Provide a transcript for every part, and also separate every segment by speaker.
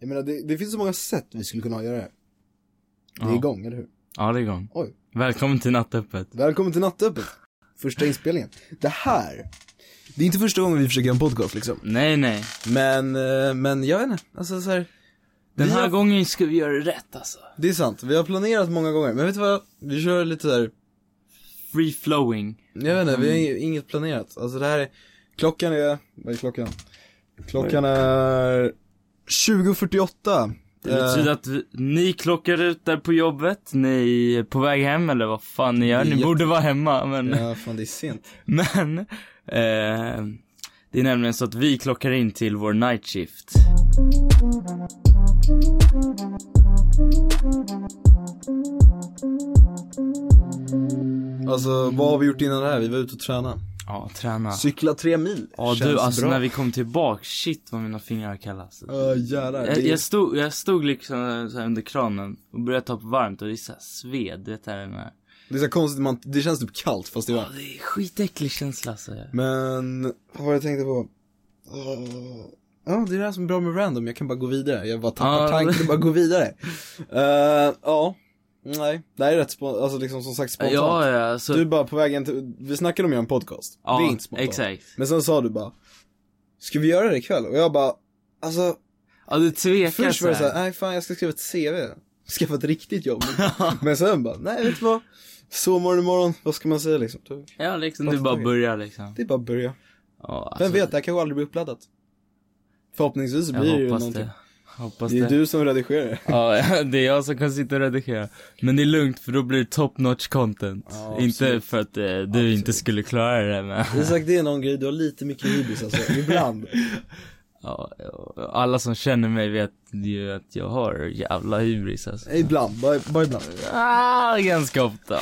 Speaker 1: Jag menar, det, det finns så många sätt vi skulle kunna göra det. Det är
Speaker 2: Ja.
Speaker 1: igång, eller hur?
Speaker 2: Ja, det är igång.
Speaker 1: Oj.
Speaker 2: Välkommen till Nattöppet.
Speaker 1: Välkommen till Nattöppet. Första inspelningen. Det här. Det är inte första gången vi försöker göra en podcast liksom.
Speaker 2: Nej, nej.
Speaker 1: Men, eh, men jag vet inte. Alltså så här.
Speaker 2: Den
Speaker 1: vi
Speaker 2: här
Speaker 1: har,
Speaker 2: gången ska vi göra det rätt alltså.
Speaker 1: Det är sant. Vi har planerat många gånger. Men vet du vad? Vi kör lite så här.
Speaker 2: Free flowing.
Speaker 1: Jag vet inte, vi har
Speaker 2: Mm.
Speaker 1: ing- inget planerat. Alltså det här är, klockan är, vad är klockan? Klockan är 20.48.
Speaker 2: Det betyder att vi, ni klockar ut där på jobbet, ni är på väg hem eller vad fan ni gör. Ni
Speaker 1: Ja.
Speaker 2: borde vara hemma men,
Speaker 1: Eh, Ja, fan det är sent.
Speaker 2: men. Eh, det är nämligen så att vi klockar in till vår night shift.
Speaker 1: Alltså vad har vi gjort innan det här? Vi var ute och tränade.
Speaker 2: Ja, träna.
Speaker 1: Cykla tre mil.
Speaker 2: Ah. Ja
Speaker 1: Känns
Speaker 2: du, alltså
Speaker 1: bra.
Speaker 2: när vi kom tillbaka, shit vad mina fingrar kallas.
Speaker 1: Ja, jävlar.
Speaker 2: Jag,
Speaker 1: det-
Speaker 2: jag, stod, jag stod liksom så här under kranen och började ta på varmt och det är såhär sved, du vet här den här.
Speaker 1: Det är så här konstigt, man, det känns typ kallt fast det är
Speaker 2: Ja,
Speaker 1: varmt.
Speaker 2: det är skitäcklig känsla alltså.
Speaker 1: Men, vad var det jag tänkte på? Eh, Ja, det är det här som är bra med random, jag kan bara gå vidare. Jag bara tappar
Speaker 2: Ja.
Speaker 1: tanken och bara går vidare. Eh, ja, nej, det här är rätt spontant, alltså liksom som sagt spontant.
Speaker 2: Ja, ja, alltså.
Speaker 1: Du är bara på vägen till, vi snackade om att göra en podcast.
Speaker 2: ja,
Speaker 1: det är inte spontant.
Speaker 2: Exakt.
Speaker 1: Men sen sa du bara, ska vi göra det ikväll? Och jag bara, alltså
Speaker 2: Ja, du tvekar
Speaker 1: Först var det
Speaker 2: så här.
Speaker 1: såhär, nej fan jag ska skriva ett CV. Skaffa ett riktigt jobb. Men sen bara, nej vet du vad? Sovmorgon imorgon, vad ska man säga liksom? Du,
Speaker 2: Ja, liksom du
Speaker 1: Varför
Speaker 2: bara
Speaker 1: tvekar?
Speaker 2: börjar liksom.
Speaker 1: Det är bara att börja.
Speaker 2: Ja, alltså,
Speaker 1: Vem vet, det här kanske aldrig blir uppladdat. Förhoppningsvis så
Speaker 2: Jag
Speaker 1: blir det ju
Speaker 2: hoppas
Speaker 1: någonting.
Speaker 2: det. Hoppas
Speaker 1: Det är
Speaker 2: det.
Speaker 1: du som redigerar.
Speaker 2: Ja, det är jag som kan sitta och redigera. Men det är lugnt för då blir det top notch content.
Speaker 1: Ja,
Speaker 2: inte
Speaker 1: absolut.
Speaker 2: för att eh, du inte skulle klara det men.
Speaker 1: Isak det är någon grej, du har lite mycket hybris alltså, ibland.
Speaker 2: Ja, ja, alla som känner mig vet ju att jag har jävla hybris alltså.
Speaker 1: ibland, bara, bara ibland.
Speaker 2: Ah, ganska ofta.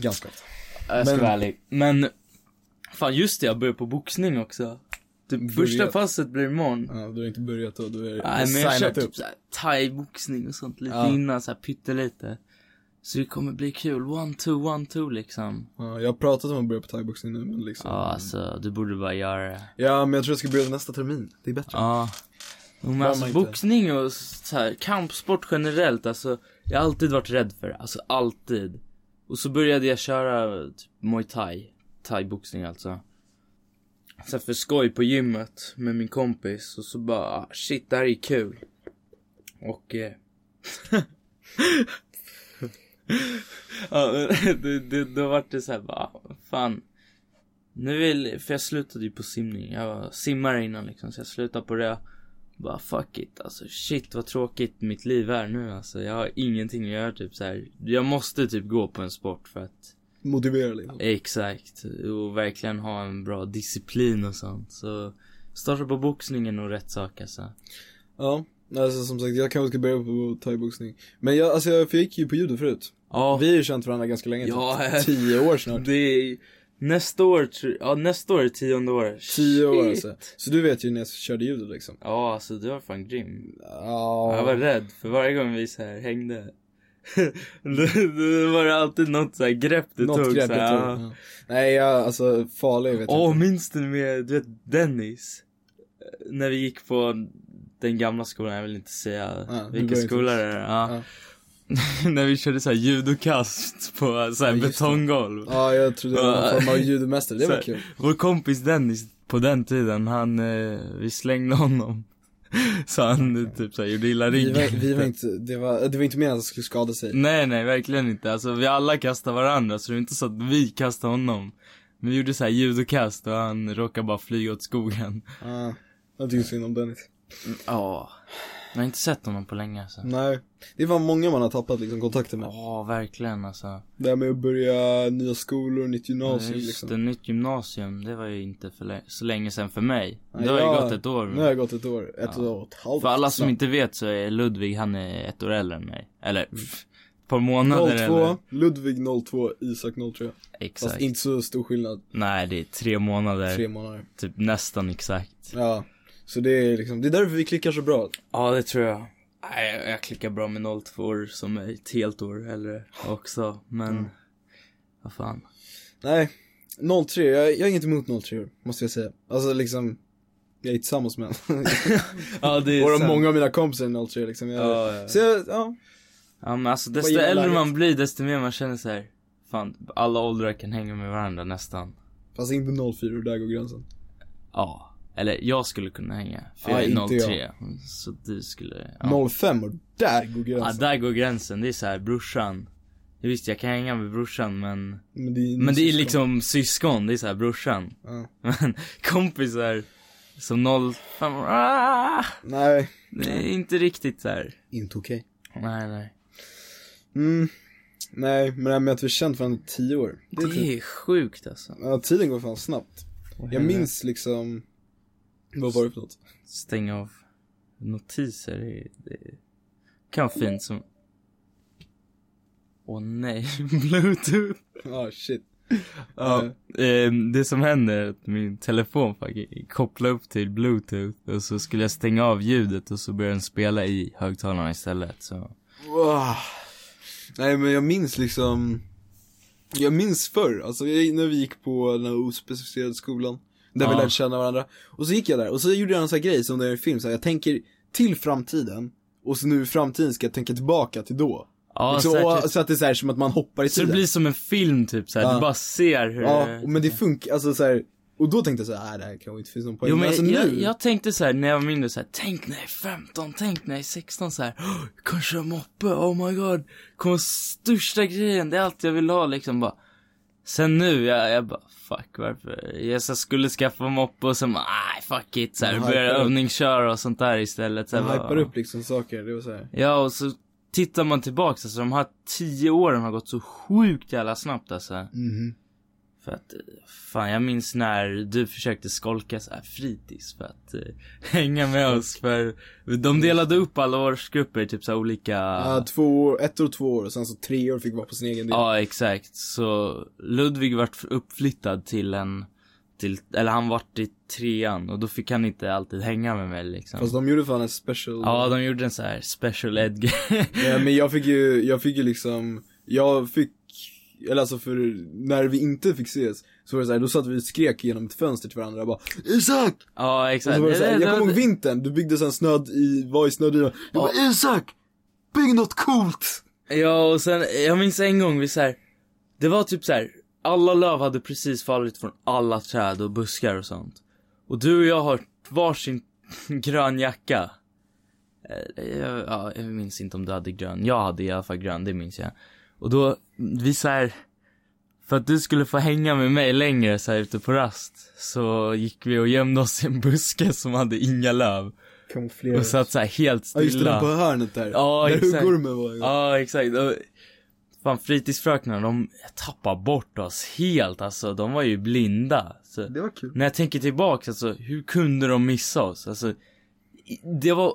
Speaker 1: Ganska ofta.
Speaker 2: Jag ska vara ärlig. Men, fan just det, jag börjar på boxning också. Typ första
Speaker 1: Börjat.
Speaker 2: passet blir imorgon.
Speaker 1: Ja, du har inte börjat och du är
Speaker 2: Nej men jag kör
Speaker 1: signat
Speaker 2: typ
Speaker 1: upp.
Speaker 2: såhär thai-boxning och sånt lite
Speaker 1: Ja.
Speaker 2: innan, såhär pyttelite. Så det kommer bli kul, one two, one two liksom.
Speaker 1: Ja, jag har pratat om att börja på thaiboxning nu men liksom.
Speaker 2: Ja alltså, du borde bara göra det.
Speaker 1: Ja, men jag tror jag ska börja nästa termin. Det är bättre.
Speaker 2: Ja. Jo, Men
Speaker 1: man
Speaker 2: alltså
Speaker 1: inte.
Speaker 2: boxning och så här, kampsport generellt, alltså. Jag har alltid varit rädd för det, alltså alltid. Och så började jag köra typ, muay thai, thai-boxning alltså. Så här, för skoj på gymmet med min kompis och så bara, ah, shit det här är kul. Och eh... ja, men det, det, då vart det såhär bara, ah, fan. Nu vill, för jag slutade ju på simning. Jag var simmare innan liksom, så jag slutade på det. Bara fuck it alltså, shit vad tråkigt mitt liv är nu alltså. Jag har ingenting att göra typ så här. Jag måste typ gå på en sport för att,
Speaker 1: Motivera lite.
Speaker 2: exakt. Och verkligen ha en bra disciplin och sånt. Så, starta på boxningen och rätt sak alltså.
Speaker 1: Ja, alltså som sagt jag kanske ska börja på thaiboxning. Men jag, alltså jag, för jag gick ju på judo förut.
Speaker 2: Ja,
Speaker 1: Vi har ju känt varandra ganska länge,
Speaker 2: Ja.
Speaker 1: typ tio år snart.
Speaker 2: det är, nästa år, tr- ja nästa år är tionde år.
Speaker 1: Tio år
Speaker 2: Shit.
Speaker 1: alltså. Så du vet ju när jag körde judo liksom.
Speaker 2: Ja alltså du var fan grym.
Speaker 1: Ja.
Speaker 2: Jag var rädd för varje gång vi så här hängde då, då var det alltid något så här grepp du
Speaker 1: Något
Speaker 2: tog
Speaker 1: grepp
Speaker 2: så
Speaker 1: jag
Speaker 2: här,
Speaker 1: tog.
Speaker 2: ja.
Speaker 1: Ja. Nej, jag, alltså farlig vet jag
Speaker 2: Åh
Speaker 1: inte.
Speaker 2: minns du med, du vet Dennis? Eh, När vi gick på den gamla skolan, jag vill inte säga
Speaker 1: Ja, du
Speaker 2: vilken
Speaker 1: behöver inte
Speaker 2: skola det är ja. När vi körde så här judokast på så här
Speaker 1: Ja, just det.
Speaker 2: betonggolv
Speaker 1: Ja, jag trodde jag var någon form av judomästare, det
Speaker 2: Så
Speaker 1: var
Speaker 2: här.
Speaker 1: kul.
Speaker 2: Vår kompis Dennis på den tiden, han, eh, vi slängde honom Så han eh, typ så här, gjorde illa
Speaker 1: Vi
Speaker 2: ryggen
Speaker 1: var, vi var inte, det var, det var inte meningen att jag skulle skada sig.
Speaker 2: Nej nej verkligen inte, alltså vi alla kastar varandra så det är inte så att vi kastar honom Men vi gjorde så här judokast och han råkade bara flyga åt skogen
Speaker 1: Ja. Jag tycker synd om Dennis.
Speaker 2: Ja Jag har inte sett honom på länge alltså
Speaker 1: Nej. Det var många man har tappat liksom kontakten med.
Speaker 2: Ja verkligen alltså
Speaker 1: Det här med att börja nya skolor, nytt gymnasium
Speaker 2: Just
Speaker 1: liksom.
Speaker 2: det, nytt gymnasium, det var ju inte för lä- så länge sedan för mig Det
Speaker 1: Nej,
Speaker 2: har ju
Speaker 1: jag-
Speaker 2: gått ett år
Speaker 1: Nu har jag gått ett år, ett och ett halvt.
Speaker 2: Mm. För alla som inte vet så är Ludvig, han är ett år äldre än mig Eller, pff, ett par månader
Speaker 1: 02,
Speaker 2: eller
Speaker 1: Ludvig 02, Isak 03. Fast
Speaker 2: Exakt
Speaker 1: inte så stor skillnad,
Speaker 2: Nej det är tre månader,
Speaker 1: tre månader.
Speaker 2: typ nästan exakt
Speaker 1: Ja. Så det är liksom, det är därför vi klickar så bra.
Speaker 2: Ja, det tror jag. Nej, jag- jag klickar bra med 02 år som är ett helt år äldre också, men...
Speaker 1: Mm.
Speaker 2: Vad fan.
Speaker 1: Nej, 03, jag, jag är inget emot 03 år, måste jag säga. Alltså liksom, Jag är tillsammans med en.
Speaker 2: Ja, det
Speaker 1: Våra
Speaker 2: sant.
Speaker 1: många av mina kompisar är 03 liksom. Jag,
Speaker 2: Ja, ja.
Speaker 1: Så jag, ja.
Speaker 2: ja, men alltså
Speaker 1: Vad
Speaker 2: desto
Speaker 1: gäller
Speaker 2: äldre
Speaker 1: läget?
Speaker 2: man blir desto mer man känner så här. Fan, alla åldrar kan hänga med varandra nästan.
Speaker 1: Fast inte 04, där går gränsen.
Speaker 2: Ja. Eller jag skulle kunna hänga, för
Speaker 1: Ja,
Speaker 2: jag är
Speaker 1: inte jag.
Speaker 2: 03. Så du skulle, ja.
Speaker 1: 05 och där går
Speaker 2: ja
Speaker 1: gränsen.
Speaker 2: där går gränsen. Det är så här, brorsan. Visst jag kan hänga med brorsan men
Speaker 1: Men det är,
Speaker 2: Men det är liksom syskon, det är såhär brorsan.
Speaker 1: Ja.
Speaker 2: Men kompisar som noll, fan, ah,
Speaker 1: Nej,
Speaker 2: det är inte riktigt såhär.
Speaker 1: inte okej.
Speaker 2: Nej nej.
Speaker 1: Mm. Nej, men det här med att vi känt varandra i tio år. Det är typ,
Speaker 2: Det är sjukt alltså.
Speaker 1: ja, tiden går fan snabbt. Jag minns liksom, vad var det för något?
Speaker 2: Stänga av notiser, det, det kan vara fint som. Åh nej, bluetooth.
Speaker 1: Ah shit.
Speaker 2: Ja, ehm, det som händer är att min telefon fucking kopplar upp till bluetooth och så skulle jag stänga av ljudet och så börjar den spela i högtalarna istället så.
Speaker 1: Wow. Nej men jag minns liksom, jag minns förr, alltså jag, när vi gick på den här ospecificerade skolan. Där vi
Speaker 2: Ja.
Speaker 1: lärde känna varandra. Och så gick jag där, och så gjorde jag en sån här grej som det är i en film, så här, jag tänker till framtiden. Och så nu i framtiden ska jag tänka tillbaka till då.
Speaker 2: Ja,
Speaker 1: liksom,
Speaker 2: säkert.
Speaker 1: och, så att det är så här som att man hoppar i
Speaker 2: Så
Speaker 1: tiden.
Speaker 2: det blir som en film typ såhär,
Speaker 1: Ja.
Speaker 2: du bara ser hur
Speaker 1: Ja, men det funkar, alltså så här. Och då tänkte jag så här, nej det här kanske inte finns någon poäng.
Speaker 2: Jo men
Speaker 1: alltså
Speaker 2: jag,
Speaker 1: nu,
Speaker 2: jag tänkte så här när jag var mindre så här, tänk när jag är 15, tänk när jag är 16 så här. "Åh, kanske jag moppe, oh my god. Kommer största grejen, det är allt jag vill ha liksom bara. Sen nu, jag, jag bara fuck varför? Jag så skulle skaffa moppe och sen bara, nej fuck it. Så här,
Speaker 1: Man
Speaker 2: började
Speaker 1: hypar upp.
Speaker 2: övningsköra och sånt där istället. Så här,
Speaker 1: jag
Speaker 2: bara,
Speaker 1: hypar upp liksom saker, det var så här.
Speaker 2: Ja och så tittar man tillbaka, alltså de här 10 åren har gått så sjukt jävla snabbt alltså.
Speaker 1: Mhm.
Speaker 2: För att, eh, fan jag minns när du försökte skolka så här fritids för att eh, hänga med oss för de delade upp alla årsgrupper typ så här olika
Speaker 1: Ja, två år, ett år och två år och sen så tre år fick vara på sin egen del.
Speaker 2: Ja exakt, så Ludvig vart uppflyttad till en till, eller han vart i trean och då fick han inte alltid hänga med mig liksom
Speaker 1: Fast de gjorde fan en special.
Speaker 2: Ja de gjorde en så här special ed
Speaker 1: Ja, men jag fick ju, jag fick ju liksom, jag fick, eller alltså för när vi inte fick ses, så var det så här, då satt vi och skrek genom ett fönster till varandra och bara Isak!
Speaker 2: Ja
Speaker 1: Och
Speaker 2: exakt
Speaker 1: så var det så här,
Speaker 2: Det-
Speaker 1: jag
Speaker 2: det-
Speaker 1: kommer ihåg vintern, du byggde sån snöd i, var i snödrivan. Jag bara Isak! Bygg något coolt!
Speaker 2: Ja och sen, jag minns en gång vi så här. Det var typ så här. alla löv hade precis fallit från alla träd och buskar och sånt. Och du och jag har varsin grön jacka. Eh, Jag, ja, jag minns inte om du hade grön, jag hade i alla fall grön, det minns jag. Och då, vi så här. För att du skulle få hänga med mig längre så här ute på rast. Så gick vi och gömde oss i en buske som hade inga löv.
Speaker 1: Kamouflera.
Speaker 2: Och satt så här helt
Speaker 1: Ja
Speaker 2: stilla.
Speaker 1: just det, den på hörnet där.
Speaker 2: Ja,
Speaker 1: där
Speaker 2: exakt.
Speaker 1: huggormen var. Ja.
Speaker 2: Ja, exakt. Och- Fan, fritidsfröknarna, de tappar bort oss helt alltså. De var ju blinda. Så,
Speaker 1: Det var kul.
Speaker 2: när jag tänker tillbaks, alltså, hur kunde de missa oss? Alltså, i- det var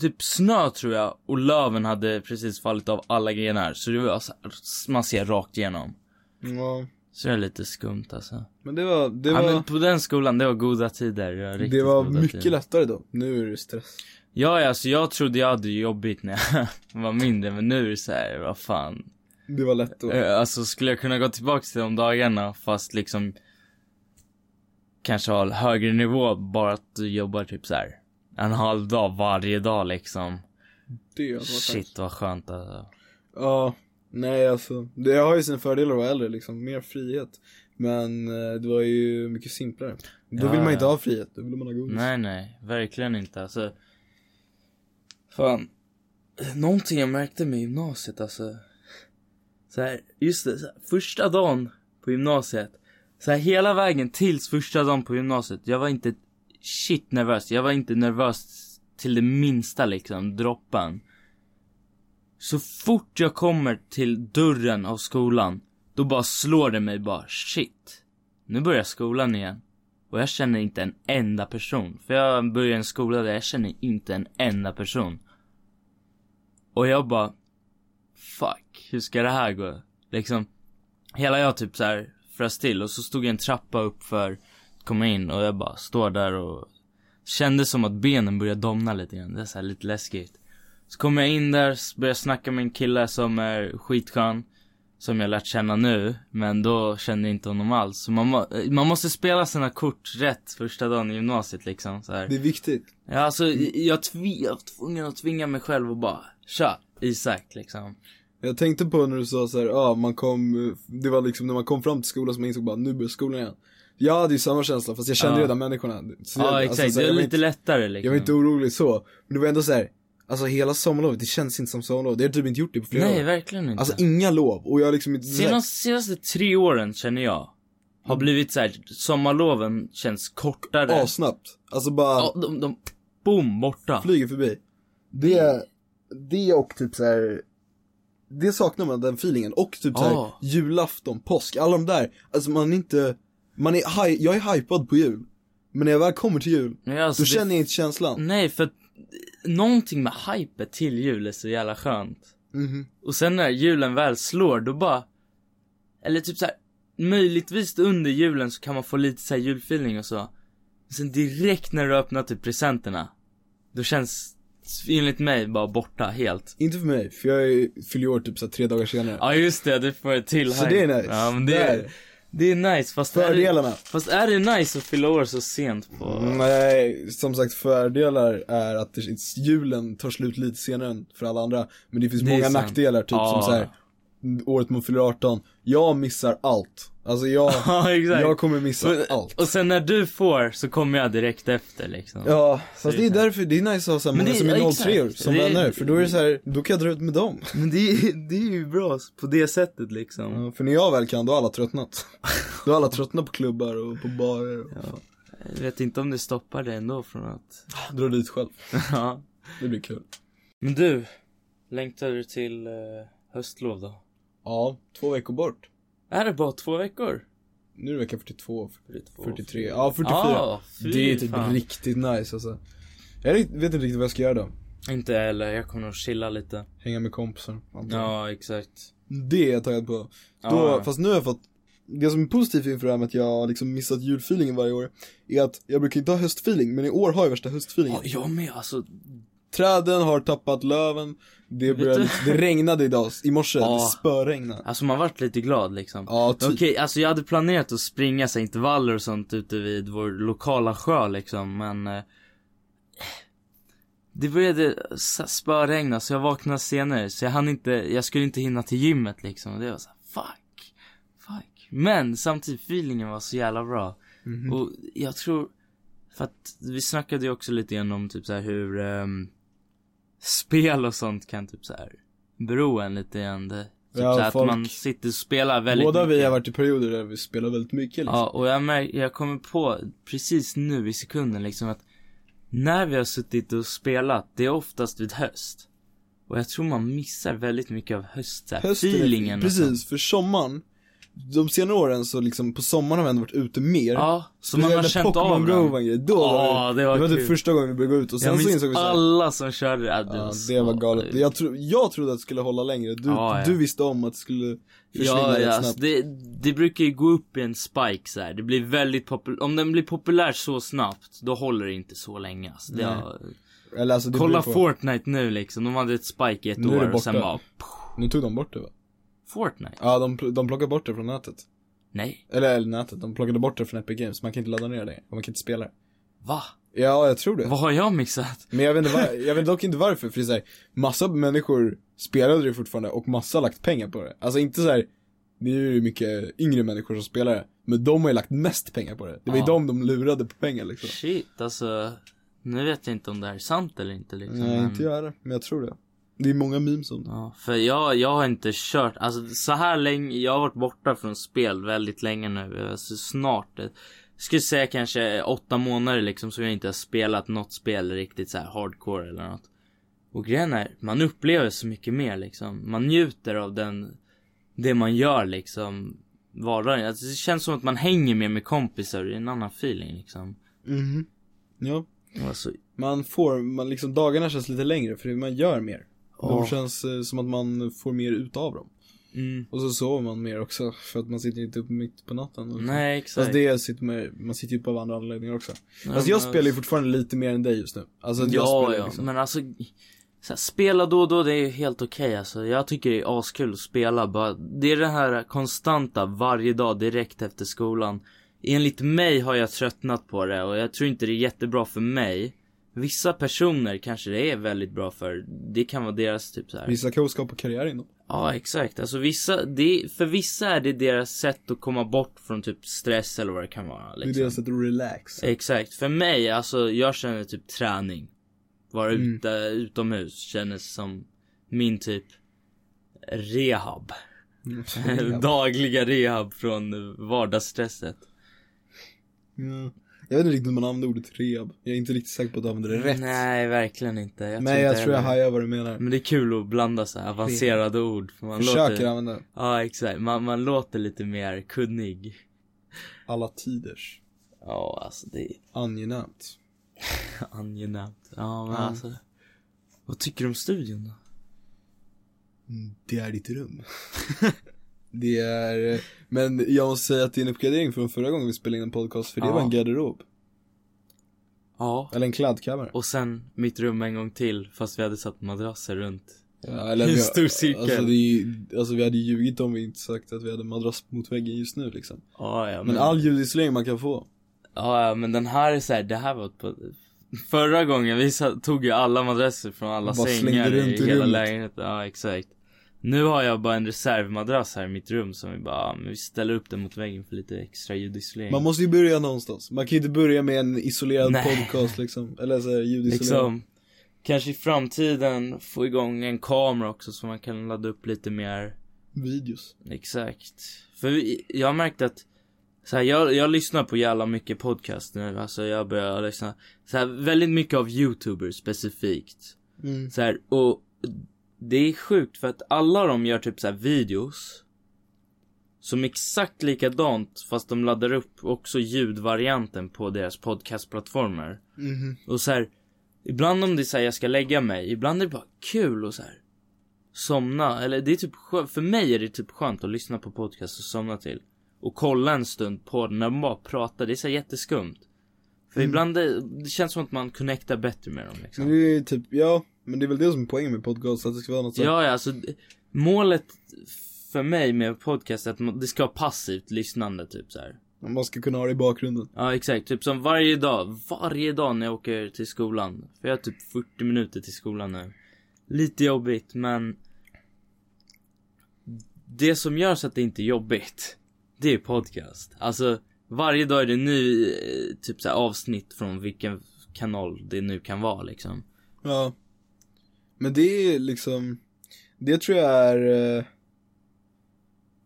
Speaker 2: typ snö tror jag och löven hade precis fallit av alla grenar. Så det var så här, man ser rakt igenom.
Speaker 1: Ja.
Speaker 2: Så det är lite skumt alltså.
Speaker 1: Men det var, det
Speaker 2: ja,
Speaker 1: var,
Speaker 2: men på den skolan, det var goda tider. Det var, riktigt
Speaker 1: det var
Speaker 2: goda
Speaker 1: mycket
Speaker 2: tider.
Speaker 1: lättare då. Nu är det stress.
Speaker 2: Ja, ja, alltså jag trodde jag hade jobbigt när jag var mindre, men nu är det så här, vad fan.
Speaker 1: Det var lätt då.
Speaker 2: Eh, Alltså skulle jag kunna gå tillbaka till de dagarna fast liksom kanske ha högre nivå bara att du jobbar typ så här en halv dag varje dag liksom.
Speaker 1: Det var
Speaker 2: Shit vad skönt alltså.
Speaker 1: Ja, nej alltså. Det har ju sina fördelar att vara äldre liksom, mer frihet. Men eh, det var ju mycket simplare. Då
Speaker 2: Ja,
Speaker 1: vill man inte
Speaker 2: ja.
Speaker 1: ha frihet, då vill man ha godis.
Speaker 2: Nej nej, verkligen inte alltså. Fan. Någonting jag märkte med gymnasiet alltså. Så här, just det, så här, första dagen på gymnasiet. Så här hela vägen tills första dagen på gymnasiet. Jag var inte shit nervös. Jag var inte nervös till det minsta liksom, droppen. Så fort jag kommer till dörren av skolan, då bara slår det mig bara shit. Nu börjar skolan igen. Och jag känner inte en enda person. För jag börjar en skola där jag känner inte en enda person. Och jag bara, fuck, hur ska det här gå? Liksom, hela jag typ så här frös till och så stod jag en trappa upp för att komma in och jag bara står där och kände som att benen började domna lite grann. Det är så här lite läskigt. Så kommer jag in där, s- börjar snacka med en kille som är skitskön. Som jag lärt känna nu, men då kände jag inte honom alls. Så man, må- man måste spela sina kort rätt första dagen i gymnasiet liksom så här.
Speaker 1: Det är viktigt.
Speaker 2: Ja, alltså jag, jag, tvi, jag var tvungen att tvinga mig själv och bara Tja, Isak liksom.
Speaker 1: Jag tänkte på när du sa så här, ja man kom, eh, det var liksom när man kom fram till skolan som man insåg bara nu börjar skolan igen. Jag hade ju samma känsla fast jag kände
Speaker 2: Ja.
Speaker 1: redan människorna. Så jag-
Speaker 2: Ja
Speaker 1: alltså,
Speaker 2: exakt,
Speaker 1: så här,
Speaker 2: det
Speaker 1: jag var
Speaker 2: är lite
Speaker 1: inte-
Speaker 2: lättare liksom.
Speaker 1: Jag var inte orolig så, men det var ändå så här, alltså hela sommarlovet, det känns inte som sommarlov. Det har typ inte gjort det på flera
Speaker 2: Nej,
Speaker 1: år.
Speaker 2: verkligen inte.
Speaker 1: Alltså inga lov och jag har liksom inte så här-
Speaker 2: Senaste, senaste tre åren känner jag
Speaker 1: Mm.
Speaker 2: har blivit så här, sommarloven känns kortare.
Speaker 1: assnabbt. Alltså bara
Speaker 2: Ja, de, de, boom, borta.
Speaker 1: flyger förbi. Det, det och typ så här. Det saknar man, den feelingen. Och typ så här,
Speaker 2: Ja.
Speaker 1: julafton, påsk, alla de där. Alltså man är inte, man är, hy- jag är hypad på jul. Men när jag väl kommer till jul,
Speaker 2: Nej, alltså,
Speaker 1: då
Speaker 2: det-
Speaker 1: känner jag inte känslan.
Speaker 2: Nej, för att någonting med hype till jul är så jävla skönt.
Speaker 1: Mhm.
Speaker 2: Och sen när julen väl slår, då bara... Eller typ så här, möjligtvis under julen så kan man få lite så här julfeeling och så. Men sen direkt när du öppnar typ presenterna, då känns, enligt mig, bara borta helt.
Speaker 1: Inte för mig, för jag är- fyller ju år typ så här, tre dagar senare.
Speaker 2: Ja just det, du får ett till
Speaker 1: Så
Speaker 2: hype.
Speaker 1: det är nice.
Speaker 2: Ja men det
Speaker 1: Där.
Speaker 2: är, det är nice fast är
Speaker 1: Fördelarna.
Speaker 2: det, fast är det nice att fylla år så sent på...
Speaker 1: Nej, som sagt fördelar är att det, julen tar slut lite senare än för alla andra. Men det finns
Speaker 2: Det är
Speaker 1: många
Speaker 2: sant.
Speaker 1: nackdelar, typ
Speaker 2: Ja.
Speaker 1: som så här, året man fyller 18, jag missar allt. Alltså jag,
Speaker 2: Ja exakt.
Speaker 1: jag kommer missa
Speaker 2: och,
Speaker 1: allt.
Speaker 2: och sen när du får så kommer jag direkt efter liksom.
Speaker 1: Ja, fast
Speaker 2: Säger
Speaker 1: det är
Speaker 2: så.
Speaker 1: därför, det är nice att ha såhär
Speaker 2: Men
Speaker 1: många
Speaker 2: det-
Speaker 1: som
Speaker 2: ja,
Speaker 1: är
Speaker 2: exakt.
Speaker 1: 03 år som
Speaker 2: Det är-
Speaker 1: vänner, för då är det så här, då kan jag dra ut med dem.
Speaker 2: Men det är, det är ju bra på det sättet liksom.
Speaker 1: Ja, för när jag väl kan, då har alla tröttnat. Då har alla tröttnat på klubbar och på barer och
Speaker 2: Jag vet inte om det stoppar dig ändå från att...
Speaker 1: dra dit själv.
Speaker 2: ja.
Speaker 1: Det blir kul.
Speaker 2: Men du, längtar du till eh, höstlov då?
Speaker 1: Ja, två veckor bort.
Speaker 2: Är det bara två veckor?
Speaker 1: Nu är det vecka 42,
Speaker 2: 42,
Speaker 1: 43, ja 44.
Speaker 2: Ja, fy
Speaker 1: det är typ
Speaker 2: fan.
Speaker 1: riktigt nice alltså. Jag vet inte riktigt vad jag ska göra då.
Speaker 2: Inte jag heller, jag kommer nog chilla lite.
Speaker 1: Hänga med kompisar. antagligen.
Speaker 2: Ja, exakt.
Speaker 1: Det är jag taggad på. Då,
Speaker 2: Ja.
Speaker 1: Fast nu har jag fått, det som är positivt inför det här med att jag har liksom missat julfeelingen varje år, är att jag brukar inte ha höstfeeling, men i år har jag värsta höstfeelingen.
Speaker 2: Ja, jag med alltså.
Speaker 1: Träden har tappat löven, det, börjar,
Speaker 2: du?
Speaker 1: liksom- det regnade idag, i morse,
Speaker 2: Ja.
Speaker 1: det spöregnade.
Speaker 2: Alltså man vart lite glad liksom.
Speaker 1: Ja, typ.
Speaker 2: Okej, alltså jag hade planerat att springa så här, intervaller och sånt ute vid vår lokala sjö liksom, men... Eh, det började s- spöregna så jag vaknade senare så jag hann inte, jag skulle inte hinna till gymmet liksom. Och det var så här, fuck, fuck. Men samtidigt, feelingen var så jävla bra.
Speaker 1: Mhm.
Speaker 2: Och jag tror, för att vi snackade ju också lite grann om typ så här hur ehm, spel och sånt kan typ så här bero en lite grann. Det- Typ
Speaker 1: Ja,
Speaker 2: så här
Speaker 1: folk-
Speaker 2: att man sitter och spelar väldigt
Speaker 1: Båda
Speaker 2: mycket.
Speaker 1: vi har varit i perioder där vi spelar väldigt mycket liksom.
Speaker 2: Ja, och jag, mär- jag kommer på precis nu i sekunden liksom att när vi har suttit och spelat, det är oftast vid höst. Och jag tror man missar väldigt mycket av höst, så här,
Speaker 1: Hösten är-
Speaker 2: feelingen liksom. och sånt.
Speaker 1: Precis, för sommaren, de senare åren så liksom, på sommaren har vi ändå varit ute mer.
Speaker 2: Ja, så man har känt av
Speaker 1: den. Go
Speaker 2: den.
Speaker 1: var en grej. Då var
Speaker 2: Ja,
Speaker 1: det,
Speaker 2: det var
Speaker 1: det var typ
Speaker 2: kul.
Speaker 1: första gången vi började gå ut och sen
Speaker 2: Jag
Speaker 1: så
Speaker 2: minns
Speaker 1: insåg vi så här,
Speaker 2: alla som körde det.
Speaker 1: Ja, det var galet. Jag, tro, jag trodde att det skulle hålla längre. Du,
Speaker 2: Ja, ja.
Speaker 1: du visste om att det skulle försvinna
Speaker 2: Ja,
Speaker 1: rätt
Speaker 2: ja alltså,
Speaker 1: snabbt.
Speaker 2: det, det brukar ju gå upp i en spike så här. Det blir väldigt populär. Om den blir populär så snabbt, då håller det inte så länge. Alltså, det
Speaker 1: Nej.
Speaker 2: har...
Speaker 1: Eller alltså det
Speaker 2: Kolla
Speaker 1: beror på.
Speaker 2: Fortnite nu liksom. De hade ett spike i ett
Speaker 1: Nu är det
Speaker 2: år och sen
Speaker 1: borta.
Speaker 2: bara...
Speaker 1: Nu tog de bort det va?
Speaker 2: Fortnite?
Speaker 1: Ja, de, pl- de plockade bort det från nätet.
Speaker 2: Nej.
Speaker 1: Eller, eller nätet, de plockade bort det från Epic Games. Man kan inte ladda ner det längre, och man kan inte spela det.
Speaker 2: Va?
Speaker 1: Ja, jag tror det.
Speaker 2: Vad har jag missat?
Speaker 1: Men jag vet, inte var, jag vet dock inte varför, för det är så här, massa människor spelade det fortfarande och massa har lagt pengar på det. Alltså inte så här. det är ju mycket yngre människor som spelar det, men de har ju lagt mest pengar på det. Det var ju
Speaker 2: Ja.
Speaker 1: de de lurade på pengar liksom.
Speaker 2: Shit alltså. Nu vet jag inte om det här är sant eller inte liksom.
Speaker 1: Nej,
Speaker 2: men-
Speaker 1: inte jag heller, men jag tror det. Det är många memes om det.
Speaker 2: Ja, för jag, jag har inte kört, alltså så här länge, jag har varit borta från spel väldigt länge nu. Alltså snart, eh, skulle säga kanske åtta månader liksom som jag inte har spelat något spel riktigt så här hardcore eller något. Och grejen är, man upplever så mycket mer liksom. Man njuter av den, det man gör liksom. Vardagen. Alltså, det känns som att man hänger mer med kompisar, det är en annan feeling liksom.
Speaker 1: Mhm. Ja.
Speaker 2: Alltså,
Speaker 1: Man får, man liksom, dagarna känns lite längre för man gör mer.
Speaker 2: Ja.
Speaker 1: De känns eh, som att man får mer utav dem.
Speaker 2: mm,
Speaker 1: Och så sover man mer också för att man sitter inte upp mitt på natten. Och
Speaker 2: nej exakt.
Speaker 1: Fast det sitter man, man sitter ju på av andra anledningar också.
Speaker 2: Ja,
Speaker 1: alltså jag
Speaker 2: men-
Speaker 1: spelar ju fortfarande lite mer än dig just nu. Alltså att jag
Speaker 2: ja,
Speaker 1: spelar
Speaker 2: ja,
Speaker 1: liksom.
Speaker 2: men alltså Så här, spela då och då, det är ju helt okej alltså. Jag tycker det är askul att spela bara. Det är det här konstanta varje dag direkt efter skolan. Enligt mig har jag tröttnat på det och jag tror inte det är jättebra för mig. Vissa personer kanske det är väldigt bra för. Det kan vara deras typ så här.
Speaker 1: Vissa kanske skapa karriär inom.
Speaker 2: Ja, exakt. Alltså vissa, det, är- för vissa är det deras sätt att komma bort från typ stress eller vad det kan vara.
Speaker 1: Det är
Speaker 2: Liksom.
Speaker 1: deras sätt att relax.
Speaker 2: Exakt. För mig, alltså jag känner typ träning. Vara
Speaker 1: Mm.
Speaker 2: ute, utomhus kändes som min typ rehab.
Speaker 1: Mm,
Speaker 2: Dagliga rehab från vardagsstresset.
Speaker 1: Ja. Mm. Jag vet inte riktigt hur man använder ordet rehab. Jag är inte riktigt säker på att du använder det rätt.
Speaker 2: Nej, verkligen inte. Jag
Speaker 1: Men jag
Speaker 2: inte
Speaker 1: tror jag
Speaker 2: heller-
Speaker 1: hajar vad du menar.
Speaker 2: Men det är kul att blanda så här avancerade ord. För man
Speaker 1: Försöker
Speaker 2: låter...
Speaker 1: använda
Speaker 2: Ja, exakt. Man, man låter lite mer kunnig.
Speaker 1: alla tiders.
Speaker 2: Ja, alltså det är
Speaker 1: Angenämt.
Speaker 2: angenämt. Ja, men
Speaker 1: Ja.
Speaker 2: alltså. Vad tycker du om studion då?
Speaker 1: Mm, Det är ditt rum. det är, men jag måste säga att det är en uppgradering från förra gången vi spelade in en podcast, för det
Speaker 2: Ja.
Speaker 1: var en garderob.
Speaker 2: Ja.
Speaker 1: Eller en kladdkammare.
Speaker 2: Och sen mitt rum en gång till fast vi hade satt madrasser runt.
Speaker 1: Ja, eller att
Speaker 2: En
Speaker 1: vi-
Speaker 2: stor cirkel.
Speaker 1: Alltså, det är, ju- alltså vi hade ljugit om vi inte sagt att vi hade madrass mot väggen just nu liksom.
Speaker 2: Ja, ja,
Speaker 1: Men all ljudisolering man kan få.
Speaker 2: ja, ja, men den här är så här, det här var på... Förra gången vi satt, tog ju alla madrasser från alla
Speaker 1: Bara
Speaker 2: sängar
Speaker 1: slängde runt
Speaker 2: i
Speaker 1: i
Speaker 2: hela
Speaker 1: rummet.
Speaker 2: lägenheten. Ja, exakt. Nu har jag bara en reservmadrass här i mitt rum som vi bara, ja, men vi ställer upp den mot väggen för lite extra ljudisolering.
Speaker 1: Man måste ju börja någonstans. Man kan ju inte börja med en isolerad
Speaker 2: Nej.
Speaker 1: podcast liksom. Eller så här, ljudisolering.
Speaker 2: liksom, kanske i framtiden få igång en kamera också så man kan ladda upp lite mer
Speaker 1: Videos.
Speaker 2: Exakt. För vi- jag har märkt att så här, jag, jag lyssnar på jävla mycket podcast nu. Alltså jag börjar lyssna. Så här, väldigt mycket av youtubers specifikt.
Speaker 1: Mm.
Speaker 2: Så här, och det är sjukt för att alla de gör typ så här videos. Som exakt likadant fast de laddar upp också ljudvarianten på deras podcastplattformar.
Speaker 1: Mhm.
Speaker 2: Och så här, ibland om det är så här, jag ska lägga mig, ibland är det bara kul och så här somna. Eller det är typ skönt, för mig är det typ skönt att lyssna på podcast och somna till. Och kolla en stund på den när de bara pratar, det är så här jätteskumt. För ibland, det, det känns som att man connectar bättre med dem liksom.
Speaker 1: Men det är ju typ, ja. Men det är väl det som är poängen med podcast, att det ska vara något så här-
Speaker 2: Ja, ja, alltså d- målet för mig med podcast är att man- det ska vara passivt lyssnande typ så här.
Speaker 1: Man ska kunna ha det i bakgrunden.
Speaker 2: Ja exakt, typ som varje dag, varje dag när jag åker till skolan. För jag har typ 40 minuter till skolan nu. Lite jobbigt men Det som gör så att det inte är jobbigt Det är podcast. Alltså varje dag är det ny eh, typ så här, avsnitt från vilken kanal det nu kan vara liksom.
Speaker 1: Mm. Ja. Men det är liksom, det tror jag är, eh,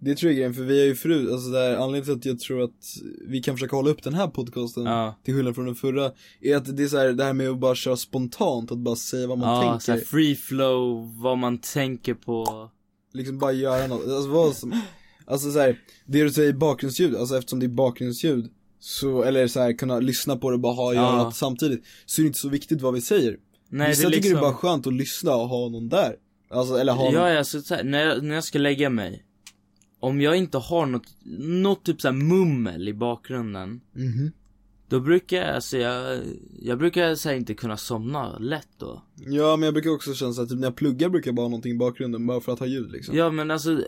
Speaker 1: det tror jag är grejen, för vi är ju förut, alltså där, anledningen till att jag tror att vi kan försöka hålla upp den här podcasten,
Speaker 2: Ja.
Speaker 1: till skillnad från den förra, är att det är så här, det här med att bara köra spontant, att bara säga vad man
Speaker 2: Ja, så här,
Speaker 1: tänker,
Speaker 2: free flow, vad man tänker på.
Speaker 1: liksom bara göra något, alltså vad som, alltså så här, det du säger bakgrundsljud, alltså eftersom det är bakgrundsljud, så, eller så här, kunna lyssna på det och bara ha i
Speaker 2: Ja.
Speaker 1: örat samtidigt, så är det inte så viktigt vad vi säger.
Speaker 2: Nej,
Speaker 1: Vissa
Speaker 2: det är
Speaker 1: tycker
Speaker 2: liksom...
Speaker 1: det är bara skönt att lyssna och ha någon där. Alltså, eller ha någon
Speaker 2: Ja, ja, så, så här, när, jag, när jag ska lägga mig. Om jag inte har något, något typ så här mummel i bakgrunden.
Speaker 1: Mhm.
Speaker 2: Då brukar jag, alltså jag, jag brukar så här, inte kunna somna lätt då.
Speaker 1: Ja men jag brukar också känna såhär, typ när jag pluggar brukar jag bara ha någonting i bakgrunden bara för att ha ljud liksom
Speaker 2: Ja men alltså,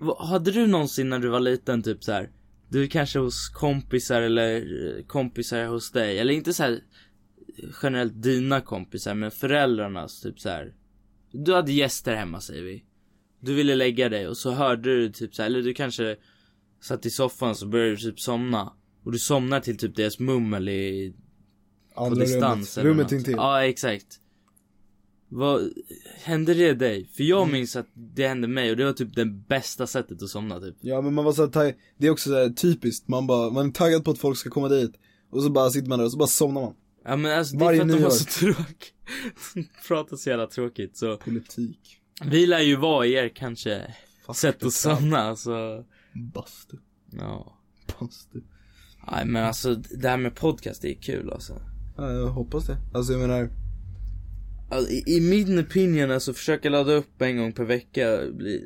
Speaker 2: vad- hade du någonsin när du var liten typ så här. Du är kanske hos kompisar eller eh, kompisar hos dig, eller inte så här generellt dina kompisar men föräldrarnas typ så här. Du hade gäster hemma säger vi. Du ville lägga dig och så hörde du typ så här, eller du kanske satt i soffan så började du typ somna. Och du somnar till typ deras mummel i på
Speaker 1: Andra
Speaker 2: distans eller
Speaker 1: rummet, rummet
Speaker 2: något.
Speaker 1: intill
Speaker 2: Ja, exakt. Vad, hände det dig? För jag
Speaker 1: Mm.
Speaker 2: minns att det hände mig och det var typ det bästa sättet att somna typ.
Speaker 1: Ja men man var såhär, tag- det är också såhär typiskt, man bara, man är taggad på att folk ska komma dit Och så bara sitter man där och så bara somnar man
Speaker 2: Ja men alltså det
Speaker 1: Varje
Speaker 2: är för att de
Speaker 1: nyår.
Speaker 2: var så tråkiga. De pratar så jävla tråkigt så.
Speaker 1: Politik
Speaker 2: Vi lär ju vara er kanske
Speaker 1: Fuck
Speaker 2: sätt
Speaker 1: the
Speaker 2: att somna så.
Speaker 1: Bastu,
Speaker 2: Ja.
Speaker 1: bastu
Speaker 2: Nej men alltså det här med podcast det är kul alltså.
Speaker 1: ja, jag hoppas det, alltså jag menar
Speaker 2: Alltså, i, I min opinion alltså försöka ladda upp en gång per vecka blir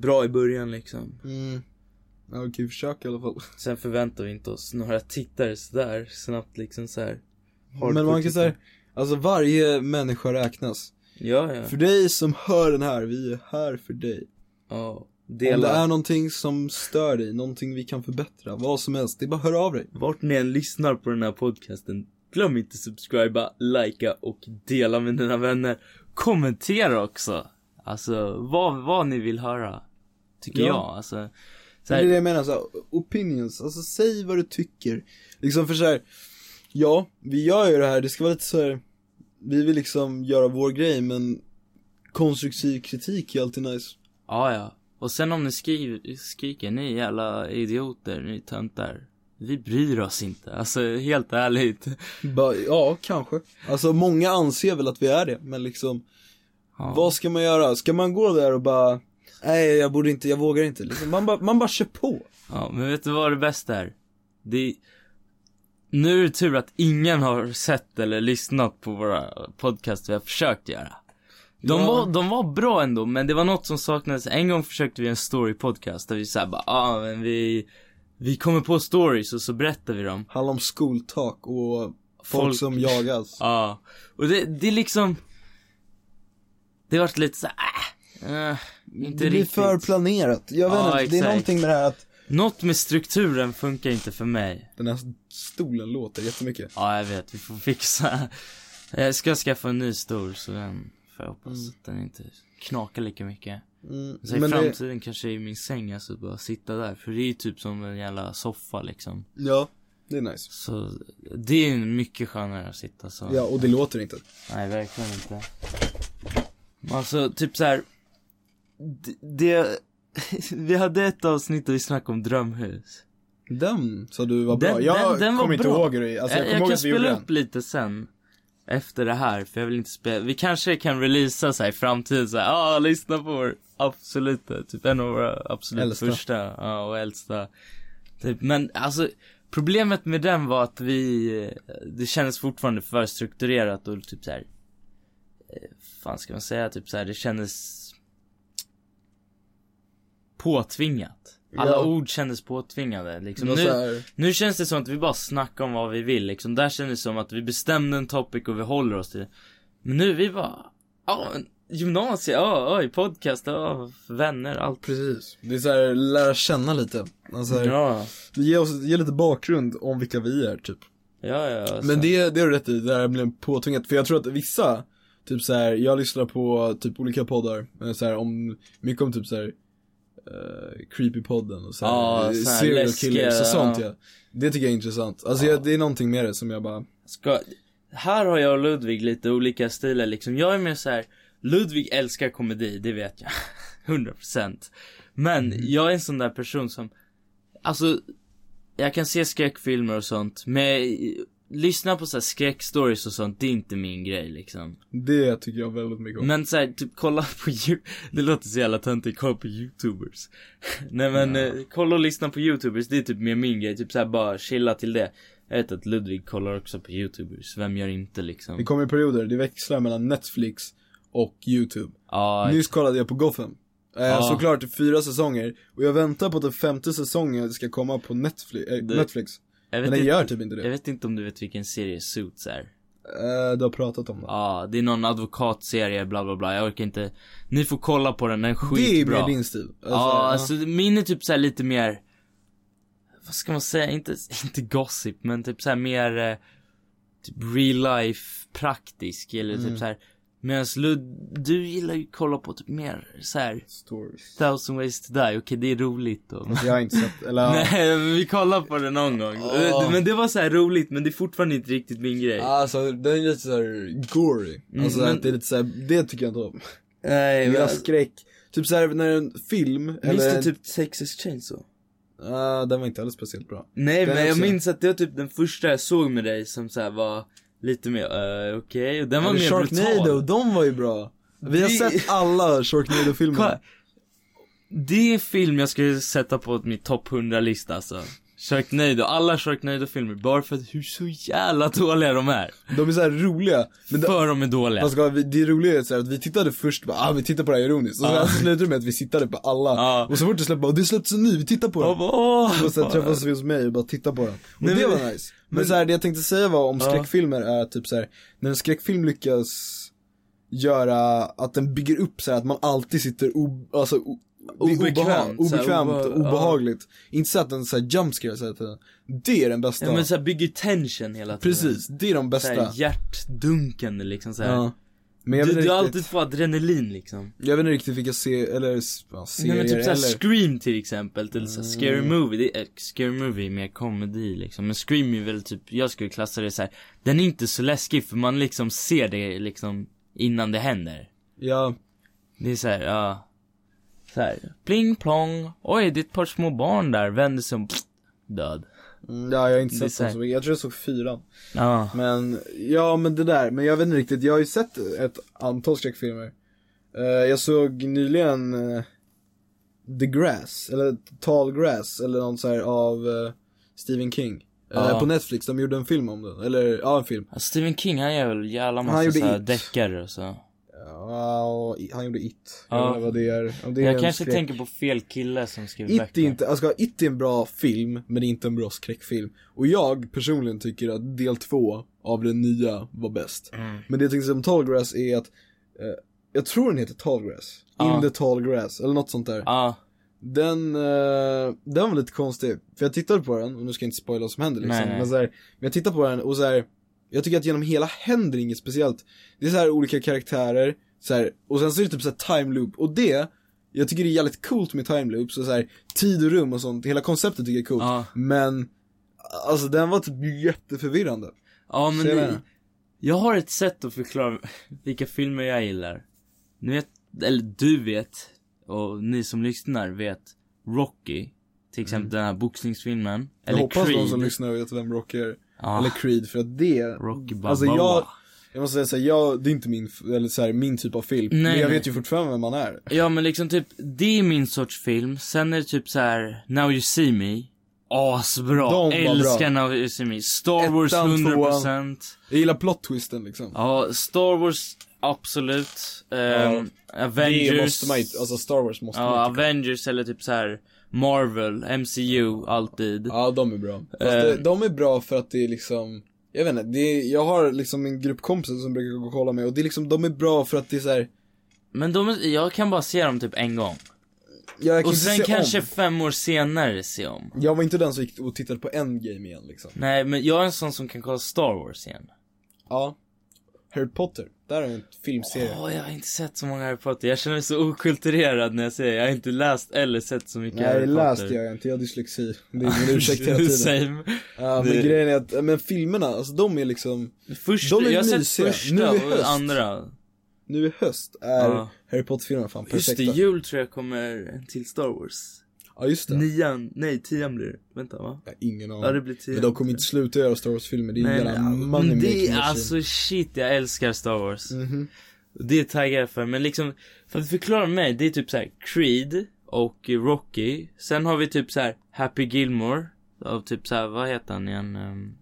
Speaker 2: bra i början liksom.
Speaker 1: mm. Ja vi kan ju försöka i alla fall
Speaker 2: Sen förväntar vi inte oss några tittare sådär snabbt liksom så här.
Speaker 1: Men man kan säga, alltså varje människa räknas
Speaker 2: Ja, ja.
Speaker 1: För dig som hör den här, vi är här för dig.
Speaker 2: Ja.
Speaker 1: Om det
Speaker 2: Dela.
Speaker 1: är någonting som stör dig, någonting vi kan förbättra, vad som helst, det är bara att höra av dig.
Speaker 2: Vart ni än lyssnar på den här podcasten, glöm inte subscriba, likea och dela med dina vänner. Kommentera också. Alltså, vad, vad ni vill höra. Tycker
Speaker 1: Ja.
Speaker 2: jag. Alltså, så
Speaker 1: Det är det
Speaker 2: här,
Speaker 1: jag menar, så här, opinions, alltså säg vad du tycker. Liksom för så här, ja, vi gör ju det här, det ska vara lite så här, vi vill liksom göra vår grej men konstruktiv kritik är alltid nice.
Speaker 2: ja, ja. Och sen om ni skriver, skriker, ni jävla idioter, ni töntar. Vi bryr oss inte. Alltså, helt ärligt.
Speaker 1: Bara, ja, kanske. Alltså många anser väl att vi är det, men liksom,
Speaker 2: Ja.
Speaker 1: vad ska man göra? Ska man gå där och bara, nej jag borde inte, jag vågar inte. Liksom, man, bara, man bara kör på.
Speaker 2: Ja, men vet du vad det bästa är? Det är... Nu är det tur att ingen har sett eller lyssnat på våra podcast vi har försökt göra. De,
Speaker 1: Ja.
Speaker 2: var, de var bra ändå, men det var något som saknades. En gång försökte vi en story-podcast där vi såhär bara, ah, men vi, vi kommer på stories och så berättar vi dem.
Speaker 1: Handlar om skoltak och folk,
Speaker 2: Folk-
Speaker 1: som jagas.
Speaker 2: Ja. Och det, det är liksom... Det vart lite såhär, äh, äh, inte
Speaker 1: det blir
Speaker 2: riktigt.
Speaker 1: för planerat. Jag vet
Speaker 2: Ja,
Speaker 1: inte, det är
Speaker 2: exakt.
Speaker 1: någonting med det här att
Speaker 2: Något med strukturen funkar inte för mig.
Speaker 1: den här stolen låter jättemycket.
Speaker 2: Ja, jag vet. Vi får fixa. Jag ska skaffa en ny stol så den får jag hoppas att den inte knakar lika mycket.
Speaker 1: Mm,
Speaker 2: Så I
Speaker 1: men det,
Speaker 2: framtiden kanske i min säng, alltså bara sitta där. För det är ju typ som en jävla soffa liksom.
Speaker 1: ja, det är nice.
Speaker 2: Så det är ju mycket skönare att sitta så.
Speaker 1: Ja, och det låter inte.
Speaker 2: Nej, verkligen inte. Alltså, typ så här. d- Det, vi hade ett avsnitt där vi snackade om drömhus.
Speaker 1: Den sa du var bra.
Speaker 2: Den-
Speaker 1: jag
Speaker 2: den- den var
Speaker 1: kommer inte
Speaker 2: bra. Eh,
Speaker 1: ihåg hur det alltså, jag,
Speaker 2: jag
Speaker 1: kommer ihåg
Speaker 2: kan
Speaker 1: att vi gjorde
Speaker 2: spela
Speaker 1: den.
Speaker 2: upp lite sen. Efter det här, för jag vill inte spela. Vi kanske kan releasa så här i framtiden så här, ja ah, lyssna på vår absoluta, typ en av våra absolut
Speaker 1: Äldsta.
Speaker 2: första, ja och äldsta. Typ, men alltså problemet med den var att vi, eh, det kändes fortfarande för strukturerat och typ så här. eh, Fan ska man säga, typ så här, det kändes påtvingat. Alla
Speaker 1: Ja.
Speaker 2: ord kändes påtvingade liksom.
Speaker 1: Det var
Speaker 2: Nu-
Speaker 1: så här,
Speaker 2: nu känns det som att vi bara snackar om vad vi vill liksom. Där kändes det som att vi bestämde en topic och vi håller oss till det. Men nu är vi bara, ja, men gymnasiet, ja, oj, podcast, ja, vänner, allt.
Speaker 1: precis. Det är så här, lära känna lite. Alltså, här,
Speaker 2: Ja,
Speaker 1: Det ger oss, det ger lite bakgrund om vilka vi är typ.
Speaker 2: ja, ja. Alltså.
Speaker 1: Men det, det har du rätt i, det där blir påtvingat. För jag tror att vissa, typ så här, jag lyssnar på typ olika poddar, eh, så här, om, mycket om typ så här. eh, Creepypodden och så här,
Speaker 2: Ja,
Speaker 1: eh,
Speaker 2: så här
Speaker 1: serial
Speaker 2: läskiga,
Speaker 1: killers och sånt
Speaker 2: ja.
Speaker 1: ja. Det tycker jag är intressant. Alltså
Speaker 2: Ja.
Speaker 1: jag, det är någonting med det som jag bara,
Speaker 2: Ska... Här har jag och Ludvig lite olika stilar liksom. Jag är mer så här. Ludvig älskar komedi, det vet jag. 100%. Men jag är en sån där person som, alltså, jag kan se skräckfilmer och sånt, men lyssna på så här skräckstories och sånt, det är inte min grej liksom.
Speaker 1: det tycker jag väldigt mycket om.
Speaker 2: Men så här, typ kolla på you- det låter så jävla töntigt, kolla på youtubers. Nej men, eh, kolla och lyssna på youtubers, det är typ mer min grej, typ så här bara chilla till det. Jag vet att Ludvig kollar också på youtubers, vem gör inte liksom?
Speaker 1: Det kommer i perioder, det växlar mellan Netflix och YouTube.
Speaker 2: Ja,
Speaker 1: Nyss kollade jag på Gotham. Eh,
Speaker 2: Ja.
Speaker 1: Såklart fyra säsonger, och jag väntar på att den femte säsongen ska komma på Netflix, eh,
Speaker 2: Det-
Speaker 1: Netflix.
Speaker 2: jag
Speaker 1: men
Speaker 2: vet,
Speaker 1: den
Speaker 2: inte,
Speaker 1: gör typ inte det.
Speaker 2: jag vet inte om du vet vilken serie Suits är.
Speaker 1: Eh, du har pratat om den.
Speaker 2: Ja, det är någon advokatserie, bla bla bla, jag orkar inte. Ni får kolla på den, den är
Speaker 1: det är
Speaker 2: skitbra.
Speaker 1: mer din stil. Alltså,
Speaker 2: ja,
Speaker 1: ja.
Speaker 2: alltså min är typ så här lite mer, vad ska man säga, inte, inte gossip, men typ så här mer, eh, typ real life praktisk eller
Speaker 1: Mm.
Speaker 2: typ så här. Medan Lud, du gillar ju kolla på typ mer så här.
Speaker 1: Stories.
Speaker 2: Thousand ways to die, okej det är roligt då.
Speaker 1: Jag har inte sett, eller ja.
Speaker 2: Nej men vi kollar på det någon gång. Eh,
Speaker 1: Ja.
Speaker 2: Men det var så här roligt men det är fortfarande inte riktigt min grej.
Speaker 1: Alltså den är lite såhär gory. Alltså
Speaker 2: Mm, men-
Speaker 1: att det är lite såhär, det tycker jag inte om.
Speaker 2: Nej,
Speaker 1: Jag gillar
Speaker 2: men,
Speaker 1: skräck. Typ såhär när en film,
Speaker 2: minns
Speaker 1: eller...
Speaker 2: du typ Texas Chainsaw?
Speaker 1: Ah, den var inte alls speciellt bra.
Speaker 2: Nej
Speaker 1: Den
Speaker 2: men jag
Speaker 1: också.
Speaker 2: minns att det var typ den första jag såg med dig som så här var lite mer, uh, okej, och den var
Speaker 1: Eller
Speaker 2: mer
Speaker 1: Sharknado,
Speaker 2: brutal.
Speaker 1: de var ju bra. Vi har
Speaker 2: Det-
Speaker 1: sett alla
Speaker 2: Kolla.
Speaker 1: Sharknado-filmer.
Speaker 2: Mm. Det är film jag skulle sätta på min topp 100-lista alltså. Sharknado, alla Sharknado-filmer, bara för att hur så jävla dåliga de är.
Speaker 1: De är såhär roliga. Men det,
Speaker 2: För de är dåliga.
Speaker 1: fast ska vi- det roliga är så här att vi tittade först bara, ah vi tittar på det här ironiskt. Och sen
Speaker 2: Ja.
Speaker 1: så slutade det med att vi tittade på alla.
Speaker 2: Ja.
Speaker 1: Och så fort det släppte, och det släpptes en ny, vi tittar på
Speaker 2: Jag
Speaker 1: den.
Speaker 2: bara, åh,
Speaker 1: Och sen
Speaker 2: fan.
Speaker 1: träffades vi hos mig och bara tittade på den. Och
Speaker 2: Nej,
Speaker 1: det
Speaker 2: men-
Speaker 1: var nice. Men,
Speaker 2: men-
Speaker 1: så här, det jag tänkte säga var om
Speaker 2: Ja.
Speaker 1: skräckfilmer är typ så här när en skräckfilm lyckas göra att den bygger upp så här att man alltid sitter o, alltså, o, det är
Speaker 2: Obekvämt,
Speaker 1: obehag,
Speaker 2: så här,
Speaker 1: obekvämt och
Speaker 2: obe- ja.
Speaker 1: obehagligt. Inte så att den såhär jumpscare hela tiden. Det är den bästa.
Speaker 2: Ja, men såhär bygger tension hela tiden.
Speaker 1: Precis, det är de bästa.
Speaker 2: Såhär hjärtdunkande liksom såhär.
Speaker 1: Ja. Men jag vet,
Speaker 2: Du,
Speaker 1: inte
Speaker 2: du
Speaker 1: riktigt,
Speaker 2: alltid får adrenalin liksom.
Speaker 1: jag vet inte riktigt vilka se, eller, s- ja, serier
Speaker 2: Nej men typ såhär
Speaker 1: eller.
Speaker 2: Scream till exempel, eller såhär Scary
Speaker 1: Mm.
Speaker 2: Movie, det är, eh, Scary Movie är mer komedi liksom. Men Scream är väl typ, jag skulle klassa det såhär, den är inte så läskig för man liksom ser det liksom innan det händer.
Speaker 1: Ja,
Speaker 2: Det är såhär, ja. Såhär, pling plong, oj det är ett par små barn där, vänder sig om, död.
Speaker 1: mm, ja, jag har inte
Speaker 2: Det är
Speaker 1: sett
Speaker 2: så här-
Speaker 1: den så mycket. Jag tror jag såg fyran.
Speaker 2: Ja.
Speaker 1: Men, ja men det där, men jag vet inte riktigt, jag har ju sett ett antal skräckfilmer. Eh, jag såg nyligen eh, The Grass, eller Tall Grass, eller någon så här av eh, Stephen King. Eh,
Speaker 2: Ja.
Speaker 1: På Netflix, de gjorde en film om den, eller ja en film.
Speaker 2: Ja, Alltså, Stephen King han gör väl jävla massa
Speaker 1: gjorde
Speaker 2: såhär
Speaker 1: It.
Speaker 2: deckare och så.
Speaker 1: Ja, och i- han gjorde It,
Speaker 2: Ja.
Speaker 1: jag vet inte vad det är. Om det är
Speaker 2: jag
Speaker 1: en
Speaker 2: kanske
Speaker 1: skräck-
Speaker 2: tänker på fel kille som skriver
Speaker 1: It
Speaker 2: böcker.
Speaker 1: är inte, alltså It är en bra film, men det är inte en bra skräckfilm. Och jag personligen tycker att del två av den nya var bäst.
Speaker 2: Mm.
Speaker 1: Men det jag tänkte säga om Tallgrass är att, eh, jag tror den heter Tallgrass.
Speaker 2: Ja.
Speaker 1: In the Tallgrass, eller något sånt där.
Speaker 2: Ja,
Speaker 1: Den, eh, den var lite konstig. För jag tittade på den, och nu ska jag inte spoila vad som händer liksom.
Speaker 2: Nej, nej.
Speaker 1: Men, så här, men jag tittade på den och så här. jag tycker att genom hela händer inget speciellt. Det är så här olika karaktärer, så här, och sen så är det typ så här time loop. Och det, jag tycker det är jävligt coolt med time loops och så här, tid och rum och sånt. Hela konceptet tycker jag är coolt.
Speaker 2: ja.
Speaker 1: Men, alltså den var typ jätteförvirrande.
Speaker 2: Ja men
Speaker 1: Ser jag
Speaker 2: det,
Speaker 1: det?
Speaker 2: jag har ett sätt att förklara vilka filmer jag gillar. Ni vet, eller du vet, och ni som lyssnar vet, Rocky. Till exempel den här boxningsfilmen.
Speaker 1: Mm. Jag
Speaker 2: eller
Speaker 1: hoppas
Speaker 2: Creed. Ah.
Speaker 1: de som lyssnar vet vem Rocky är.
Speaker 2: Ja,
Speaker 1: Eller Creed, för att det
Speaker 2: Rocky Balboa.
Speaker 1: Alltså, jag- Jag måste säga såhär, jag, det är inte min, f- eller så här, min typ av film.
Speaker 2: Nej,
Speaker 1: men jag
Speaker 2: nej.
Speaker 1: vet ju fortfarande vem man är.
Speaker 2: Ja men liksom typ, det är min sorts film. Sen är det typ så här: Now You See Me. Asbra.
Speaker 1: De var bra.
Speaker 2: Älskar Now You See Me. Star Wars
Speaker 1: Ettan,
Speaker 2: 100%.
Speaker 1: Jag gillar plot-twisten liksom.
Speaker 2: Ja, Star Wars, absolut. Ehm, Avengers.
Speaker 1: Det måste man ju, alltså Star Wars måste
Speaker 2: Ja,
Speaker 1: man ju.
Speaker 2: Avengers eller typ så här Marvel, MCU, alltid.
Speaker 1: Ja, de är
Speaker 2: Eh.
Speaker 1: bra. Fast det, de är bra för att det är liksom, jag vet inte, det är, jag har liksom en grupp kompisar som brukar gå och kolla med och det är liksom, de är bra för att det är såhär,
Speaker 2: Men de, är- jag kan bara se dem typ en gång.
Speaker 1: jag kan
Speaker 2: Och
Speaker 1: inte
Speaker 2: sen
Speaker 1: se
Speaker 2: kanske
Speaker 1: om.
Speaker 2: fem år senare se om.
Speaker 1: Jag var inte den som gick och tittade på Endgame igen liksom.
Speaker 2: Nej, men jag är en sån som kan kolla Star Wars igen.
Speaker 1: Ja. Harry Potter, där är en filmserie.
Speaker 2: Åh, jag har inte sett så många Harry Potter. Jag känner mig så okulturerad när jag säger jag har inte läst eller sett så mycket Harry
Speaker 1: Nej,
Speaker 2: Potter.
Speaker 1: läst gör jag inte, jag har dyslexi. Det är min ursäkt hela tiden.
Speaker 2: Same.
Speaker 1: Ja, men
Speaker 2: Det-
Speaker 1: grejen är att, men filmerna, alltså de är liksom,
Speaker 2: Första,
Speaker 1: De är
Speaker 2: jag har sett
Speaker 1: mysiga. Nu
Speaker 2: första
Speaker 1: i
Speaker 2: och
Speaker 1: höst.
Speaker 2: andra.
Speaker 1: nu i höst är
Speaker 2: Ja.
Speaker 1: Harry Potter-filmerna fan
Speaker 2: Just
Speaker 1: perfekta.
Speaker 2: det, jul tror jag kommer en till Star Wars.
Speaker 1: ja just det.
Speaker 2: Nian, nej tian blir det. Vänta va?
Speaker 1: Jag har ingen
Speaker 2: Ja det
Speaker 1: aning.
Speaker 2: blir tian.
Speaker 1: Men de kommer inte sluta göra Star Wars-filmer, det är en jävla
Speaker 2: men mm,
Speaker 1: money
Speaker 2: det är alltså shit, jag älskar Star Wars.
Speaker 1: Mhm.
Speaker 2: Det är taggar jag för, men liksom, för att förklara mig, det är typ så här Creed och Rocky. Sen har vi typ så här Happy Gilmore. Av typ så här, vad heter han igen? Ehm,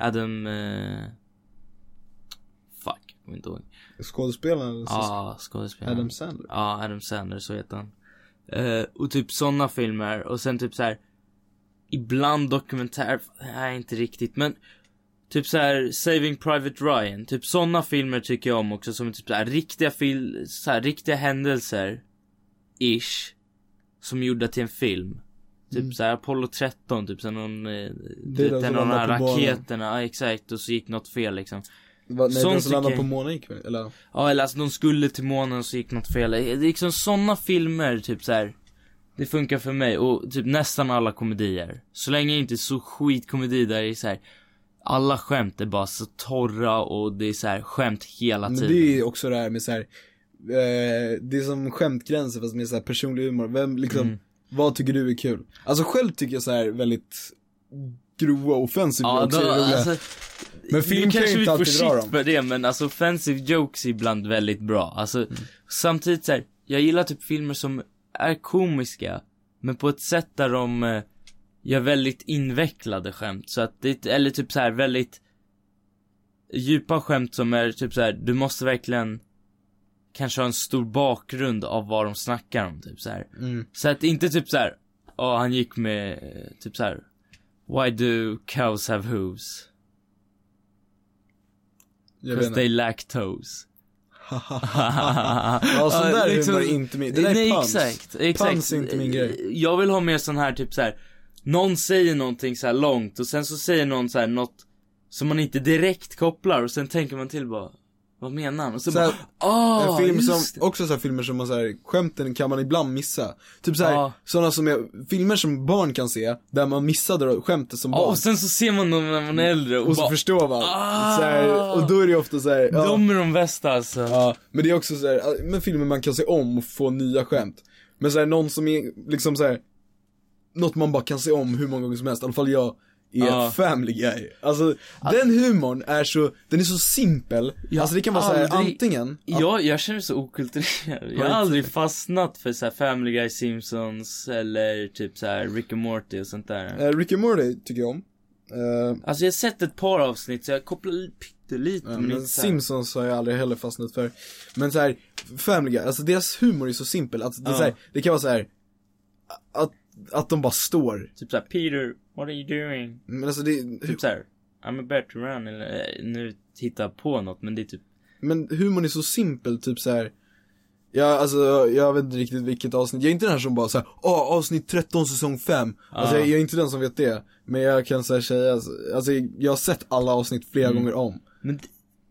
Speaker 2: Adam... eh, fuck, jag kommer inte ihåg.
Speaker 1: Skådespelaren eller så-
Speaker 2: Ja, ah, skådespelaren.
Speaker 1: Adam Sandler.
Speaker 2: Ja, Adam Sandler, så heter han. Eh, och typ såna filmer. Och sen typ så här. Ibland dokumentär, nej inte riktigt men. Typ så här Saving Private Ryan. Typ såna filmer tycker jag om också som är typ så här riktiga fil, så här, riktiga händelser. Ish. Som gjorda till en film. Typ
Speaker 1: Mm.
Speaker 2: så här Apollo 13, typ så här någon, eh,
Speaker 1: är
Speaker 2: vet,
Speaker 1: den som
Speaker 2: någon
Speaker 1: landar
Speaker 2: här
Speaker 1: på banan.
Speaker 2: raketerna, ja exakt och så gick något fel liksom.
Speaker 1: Va, nej,
Speaker 2: Sån
Speaker 1: den som landade
Speaker 2: tycker
Speaker 1: på
Speaker 2: jag-
Speaker 1: månen gick väl, eller?
Speaker 2: Ja eller alltså de skulle till månen och så gick något fel. Det är liksom sådana filmer typ så här. Det funkar för mig och typ nästan alla komedier. Så länge det inte är så skitkomedi där det är så här. Alla skämt är bara så torra och det är så här skämt hela
Speaker 1: Men
Speaker 2: tiden.
Speaker 1: det är ju också det här med så här. Eh, det är som skämtgränser fast med så här personlig humor. Vem, liksom,
Speaker 2: Mm.
Speaker 1: vad tycker du är kul? Alltså själv tycker jag så här väldigt grova offensiva
Speaker 2: Ja,
Speaker 1: också
Speaker 2: då,
Speaker 1: är roliga.
Speaker 2: alltså,
Speaker 1: Men film
Speaker 2: nu
Speaker 1: kan
Speaker 2: kanske
Speaker 1: ju inte
Speaker 2: vi får
Speaker 1: alltid dra
Speaker 2: shit
Speaker 1: dem.
Speaker 2: för det men alltså offensive jokes är ibland väldigt bra. Alltså samtidigt så här, jag gillar typ filmer som är komiska men på ett sätt där de eh, gör väldigt invecklade skämt så att det, eller typ så här väldigt djupa skämt som är typ så här du måste verkligen kanske ha en stor bakgrund av vad de snackar om typ så här.
Speaker 1: Mm.
Speaker 2: Så att inte typ så här. ja han gick med eh, typ så här. Why do cows have hooves?
Speaker 1: Jag vet
Speaker 2: Because
Speaker 1: inte.
Speaker 2: they lack toes. liksom
Speaker 1: ja, sån där humor är inte min, det där är
Speaker 2: Nej,
Speaker 1: puns.
Speaker 2: exakt, exakt.
Speaker 1: Puns är inte min grej.
Speaker 2: Jag vill ha mer sån här typ så här. Någon säger någonting så här långt och sen så säger någon så här något som man inte direkt kopplar och sen tänker man till bara, vad menar han? Och så,
Speaker 1: Så här,
Speaker 2: bara, ah,
Speaker 1: en film
Speaker 2: just
Speaker 1: som,
Speaker 2: det.
Speaker 1: också så här filmer som man så här, skämten kan man ibland missa. Typ så här,
Speaker 2: Ja.
Speaker 1: sådana som är, filmer som barn kan se, där man missade då skämtet som
Speaker 2: Ja,
Speaker 1: barn.
Speaker 2: och sen så ser man dem när man är äldre och,
Speaker 1: Och så
Speaker 2: bara,
Speaker 1: förstår man.
Speaker 2: Ah!
Speaker 1: Så här, och då är det ju ofta så här, ja,
Speaker 2: de är de bästa alltså.
Speaker 1: ja, men det är också så här, ja, men filmer man kan se om och få nya skämt. Men så här, någon som är, liksom så här, något man bara kan se om hur många gånger som helst, i alla fall jag. Är
Speaker 2: Ja.
Speaker 1: family guy. Alltså den humorn är så, den är så simpel.
Speaker 2: Jag
Speaker 1: alltså det kan vara så här,
Speaker 2: aldrig-
Speaker 1: antingen att-
Speaker 2: Jag, jag känner mig så okulturerad. Jag har aldrig fastnat för så här Family Guy, Simpsons eller typ så här Rick and Morty och sånt där.
Speaker 1: Eh, Rick and Morty tycker jag om. Eh,
Speaker 2: Alltså jag har sett ett par avsnitt så jag kopplar li- pyttelite men,
Speaker 1: men alltså,
Speaker 2: inte så här.
Speaker 1: Simpsons har jag aldrig heller fastnat för. Men så här, Family Guy, alltså deras humor är så simpel att det, är
Speaker 2: Ja.
Speaker 1: så här, det kan vara så här att, att de bara står.
Speaker 2: Typ såhär Peter, what are you doing?
Speaker 1: Men alltså det,
Speaker 2: Typ såhär I'm a veteran eller eh, nu hittar jag på något men det är typ
Speaker 1: men humorn är så simpel, typ så här. Ja, alltså jag vet inte riktigt vilket avsnitt, jag är inte den här som bara såhär, åh avsnitt 13 säsong 5 Alltså
Speaker 2: Ah.
Speaker 1: jag, jag är inte den som vet det, men jag kan såhär säga, alltså jag har sett alla avsnitt flera
Speaker 2: Mm.
Speaker 1: gånger om
Speaker 2: Men d-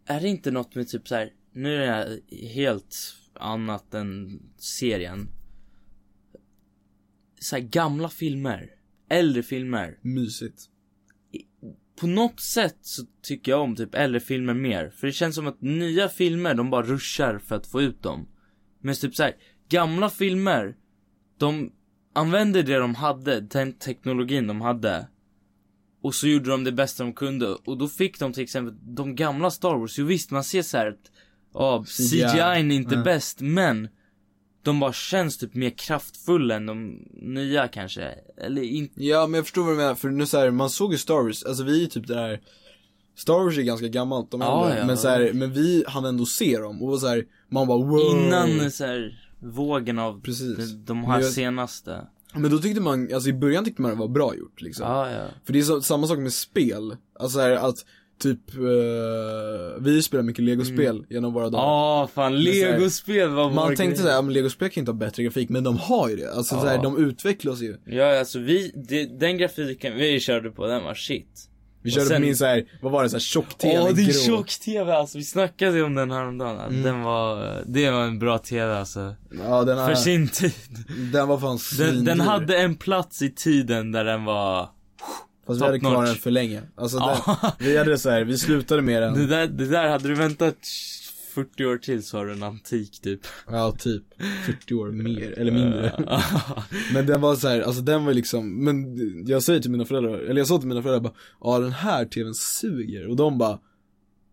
Speaker 2: är det inte något med typ så här. nu är jag helt annat än serien. Så här gamla filmer, äldre filmer.
Speaker 1: Mysigt
Speaker 2: På något sätt så tycker jag om typ äldre filmer mer. För det känns som att nya filmer, de bara ruschar för att få ut dem. Men typ så här, gamla filmer, de använde det de hade, den teknologin de hade. Och så gjorde de det bästa de kunde. Och då fick de till exempel de gamla Star Wars. Jo visst, man ser så här att ja, CGI
Speaker 1: CGI
Speaker 2: är inte
Speaker 1: ja.
Speaker 2: bäst, men de bara känns typ mer kraftfulla än de nya kanske. Eller inte.
Speaker 1: Ja men jag förstår vad du menar, för nu så här, man såg ju Star Wars, alltså vi är ju typ det här Star Wars är ganska gammalt, de
Speaker 2: Ja,
Speaker 1: äldre,
Speaker 2: ja.
Speaker 1: men så här, men vi hann ändå se dem och var så här, man bara wow
Speaker 2: Innan så här vågen av
Speaker 1: Precis.
Speaker 2: de, de här
Speaker 1: Men jag-
Speaker 2: senaste.
Speaker 1: Men då tyckte man, alltså i början tyckte man det var bra gjort liksom
Speaker 2: Ja, ja.
Speaker 1: För det är så, samma sak med spel, alltså så här, att typ, eh, vi spelar mycket legospel genom våra dagar
Speaker 2: Mm. Ja, Ah, fan
Speaker 1: så här-
Speaker 2: legospel var vår
Speaker 1: Man tänkte
Speaker 2: grej.
Speaker 1: såhär, men legospel kan inte ha bättre grafik, men de har ju det, alltså så här,
Speaker 2: Ja.
Speaker 1: de utvecklas ju
Speaker 2: Ja, alltså vi, det, den grafiken vi körde på, den var shit.
Speaker 1: Vi
Speaker 2: Och
Speaker 1: körde
Speaker 2: sen-
Speaker 1: på min såhär, vad var det, såhär tjock-tv,
Speaker 2: Åh, det
Speaker 1: grå.
Speaker 2: är
Speaker 1: Mm.
Speaker 2: tjock-tv alltså. Vi snackade om den häromdagen. Alltså, Den var, det var en bra tv alltså.
Speaker 1: Ja den,
Speaker 2: För
Speaker 1: här,
Speaker 2: sin tid.
Speaker 1: den var fan
Speaker 2: Den, den
Speaker 1: svindyr.
Speaker 2: hade en plats i tiden där den var...
Speaker 1: Fast
Speaker 2: Top
Speaker 1: vi hade kvar
Speaker 2: notch.
Speaker 1: den för länge. Alltså
Speaker 2: Ja.
Speaker 1: den, vi hade så här, vi slutade med
Speaker 2: Det
Speaker 1: den.
Speaker 2: där, det där hade du väntat 40 år till så har du en antik typ.
Speaker 1: Ja, typ 40 år mer, eller mindre. Men den var så här, alltså den var liksom, men jag säger till mina föräldrar, eller jag sa till mina föräldrar bara, ja den här tvn suger. Och de bara,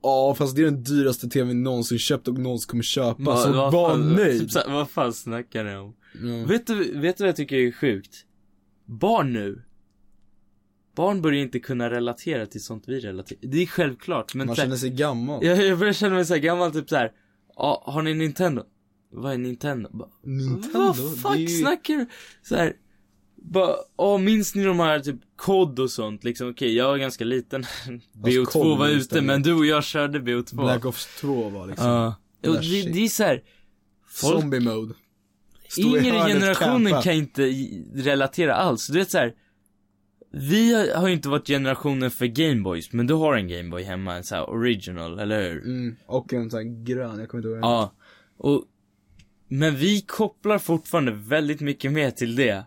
Speaker 1: ja fast det är den dyraste tvn vi någonsin köpt och någonsin kommer köpa.
Speaker 2: Vad-
Speaker 1: så
Speaker 2: vad
Speaker 1: var
Speaker 2: fan-
Speaker 1: nöjd.
Speaker 2: Typ, så här, vad fan snackar ni om?
Speaker 1: Ja.
Speaker 2: Vet du, vet du vad jag tycker är sjukt? Barn nu. Barn börjar inte kunna relatera till sånt vi relaterar Det är självklart men
Speaker 1: Man
Speaker 2: så här-
Speaker 1: känner sig gammal.
Speaker 2: jag, jag börjar känna mig så här gammal typ så här. Ja, har ni Nintendo? Vad är Nintendo? Bara,
Speaker 1: Nintendo,
Speaker 2: Vad
Speaker 1: det
Speaker 2: fuck
Speaker 1: är ju...
Speaker 2: snackar du? Så här. Bara, ja minns ni de här typ kod och sånt liksom? Okej, jag var ganska liten.
Speaker 1: Alltså,
Speaker 2: BO2
Speaker 1: COD
Speaker 2: var
Speaker 1: minns
Speaker 2: ute
Speaker 1: jag.
Speaker 2: men du och jag körde BO2.
Speaker 1: Black Ops 2 var liksom.
Speaker 2: Ja. Och
Speaker 1: Black
Speaker 2: det,
Speaker 1: shit.
Speaker 2: det är så här. Folk
Speaker 1: Zombie mode. Stå i
Speaker 2: Yngre
Speaker 1: hörnet,
Speaker 2: generationen
Speaker 1: campa.
Speaker 2: kan inte i- relatera alls. Du vet så här. Vi har- har ju inte varit generationen för Gameboys, men du har en Gameboy hemma, en så här original, eller hur?
Speaker 1: Mm, och en sån här grön, jag kommer inte ihåg den.
Speaker 2: Ja. Och, men vi kopplar fortfarande väldigt mycket mer till det.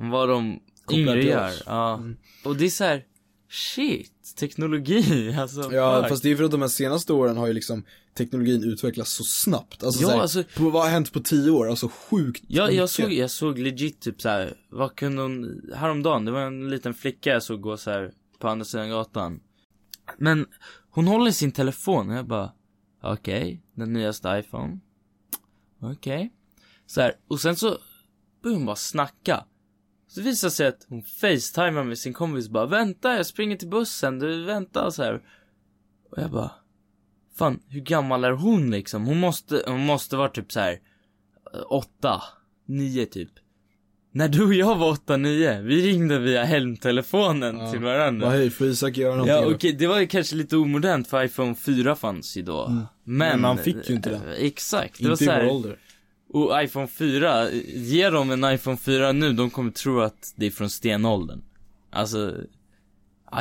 Speaker 2: Än vad de
Speaker 1: Kopplar
Speaker 2: yngre
Speaker 1: till
Speaker 2: gör.
Speaker 1: oss. Mm.
Speaker 2: Ja. Och det är så här. shit, teknologi, alltså.
Speaker 1: Ja,
Speaker 2: fuck.
Speaker 1: fast det är för att de här senaste åren har ju liksom teknologin utvecklats så snabbt. Alltså,
Speaker 2: Ja,
Speaker 1: så här,
Speaker 2: alltså-
Speaker 1: på, vad har hänt på tio år? Alltså sjukt
Speaker 2: Ja, jag
Speaker 1: mycket.
Speaker 2: såg, jag såg legit typ så här. vad kunde hon, häromdagen, det var en liten flicka jag såg gå så här på andra sidan gatan. Men hon håller sin telefon och jag bara, okej, den nyaste iPhone. Okej. Så här, och sen så börjar hon bara snacka. Så visar det sig att hon facetimar med sin kompis och bara, vänta jag springer till bussen, du vänta så här. Och jag bara, fan hur gammal är hon liksom? Hon måste, hon måste vara eh, typ så här åtta, nio typ. När du och jag var 8-9, vi ringde via hemtelefonen
Speaker 1: Ja.
Speaker 2: till varandra.
Speaker 1: Vad hej, får Isak göra någonting?
Speaker 2: Ja
Speaker 1: då?
Speaker 2: okej, det var ju kanske lite omodernt för iPhone 4 fanns ju då. Men,
Speaker 1: Mm.
Speaker 2: eh,
Speaker 1: Men man fick ju inte det.
Speaker 2: Exakt, det var
Speaker 1: Inte i
Speaker 2: så
Speaker 1: vår
Speaker 2: här,
Speaker 1: ålder.
Speaker 2: och iPhone 4, ge dem en iPhone 4 nu, de kommer tro att det är från stenåldern. Alltså,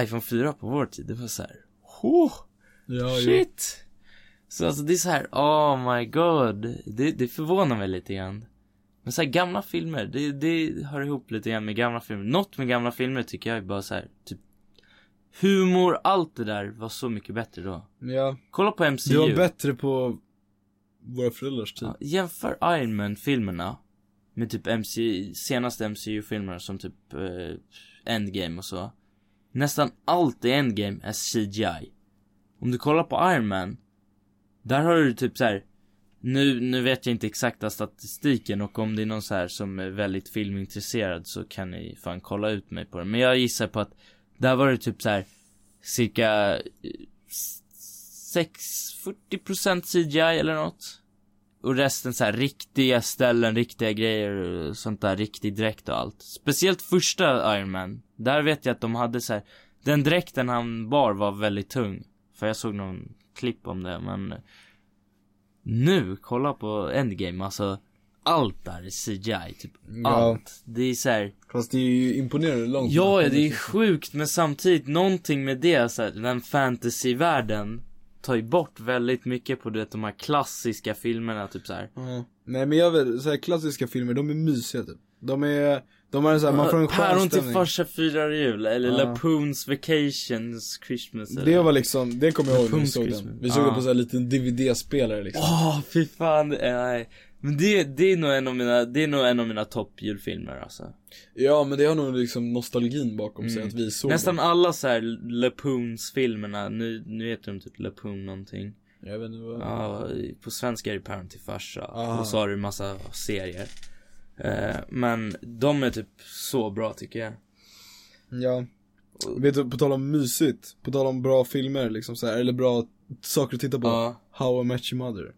Speaker 2: iPhone 4 på vår tid, det var så här, oh,
Speaker 1: Ja, jo.
Speaker 2: shit. Så alltså det är så här, oh my god, det, det förvånar mig lite grann. Men så här gamla filmer, det, det hör ihop lite grann med gamla filmer. Något med gamla filmer tycker jag är bara så här, typ humor, allt det där var så mycket bättre då.
Speaker 1: Ja,
Speaker 2: Kolla på MCU.
Speaker 1: det var bättre på våra föräldrars tid.
Speaker 2: Ja, jämför Iron Man-filmerna med typ MCU, senaste MCU-filmerna som typ eh, Endgame och så. Nästan allt i Endgame är CGI. Om du kollar på Iron Man, där har du typ så här. Nu, nu vet jag inte exakta statistiken och om det är någon så här som är väldigt filmintresserad så kan ni fan kolla ut mig på det. Men jag gissar på att där var det typ så här cirka eh, sex- 40% CGI eller något. Och resten så här riktiga ställen, riktiga grejer och sånt där, riktig dräkt och allt. Speciellt första Iron Man. Där vet jag att de hade så här. Den dräkten han bar var väldigt tung. För jag såg någon klipp om det men. Nu, kolla på Endgame alltså. Allt där är CGI typ.
Speaker 1: Ja.
Speaker 2: Allt. Det är så här.
Speaker 1: Fast det är ju imponerande långt.
Speaker 2: Ja, ja, det är sjukt men samtidigt någonting med det, så här, den fantasyvärlden tar ju bort väldigt mycket på du vet, de här klassiska filmerna typ så här.
Speaker 1: Ja. Nej men jag vet, så här klassiska filmer, de är mysiga typ. De är, de är så här, man får en
Speaker 2: Päron
Speaker 1: skön
Speaker 2: till
Speaker 1: stämning.
Speaker 2: typ farsa firar jul eller
Speaker 1: Ja.
Speaker 2: Lapoons vacations Christmas eller
Speaker 1: Det var liksom, det kommer jag ihåg när vi
Speaker 2: Punkt
Speaker 1: såg
Speaker 2: Christmas.
Speaker 1: den. Vi såg
Speaker 2: Ja.
Speaker 1: den på så här liten DVD-spelare liksom.
Speaker 2: Åh, fy fan. det är- Nej. Men det, det är nog en av mina, det är nog en av mina toppjulfilmer alltså.
Speaker 1: Ja men det har nog liksom nostalgin bakom sig
Speaker 2: Mm.
Speaker 1: att vi såg
Speaker 2: Nästan
Speaker 1: den.
Speaker 2: alla så här Lapoons filmerna, nu, nu heter de typ Lapoon någonting.
Speaker 1: Jag vet inte vad.
Speaker 2: Ja, på svenska är det Päron till farsa.
Speaker 1: Ah.
Speaker 2: Och så har du massa serier. Eh, men de är typ så bra tycker jag.
Speaker 1: Ja. Vet du, på tal om mysigt, på tal om bra filmer liksom så här, eller bra saker att titta på.
Speaker 2: Ja.
Speaker 1: How I Met Your Mother.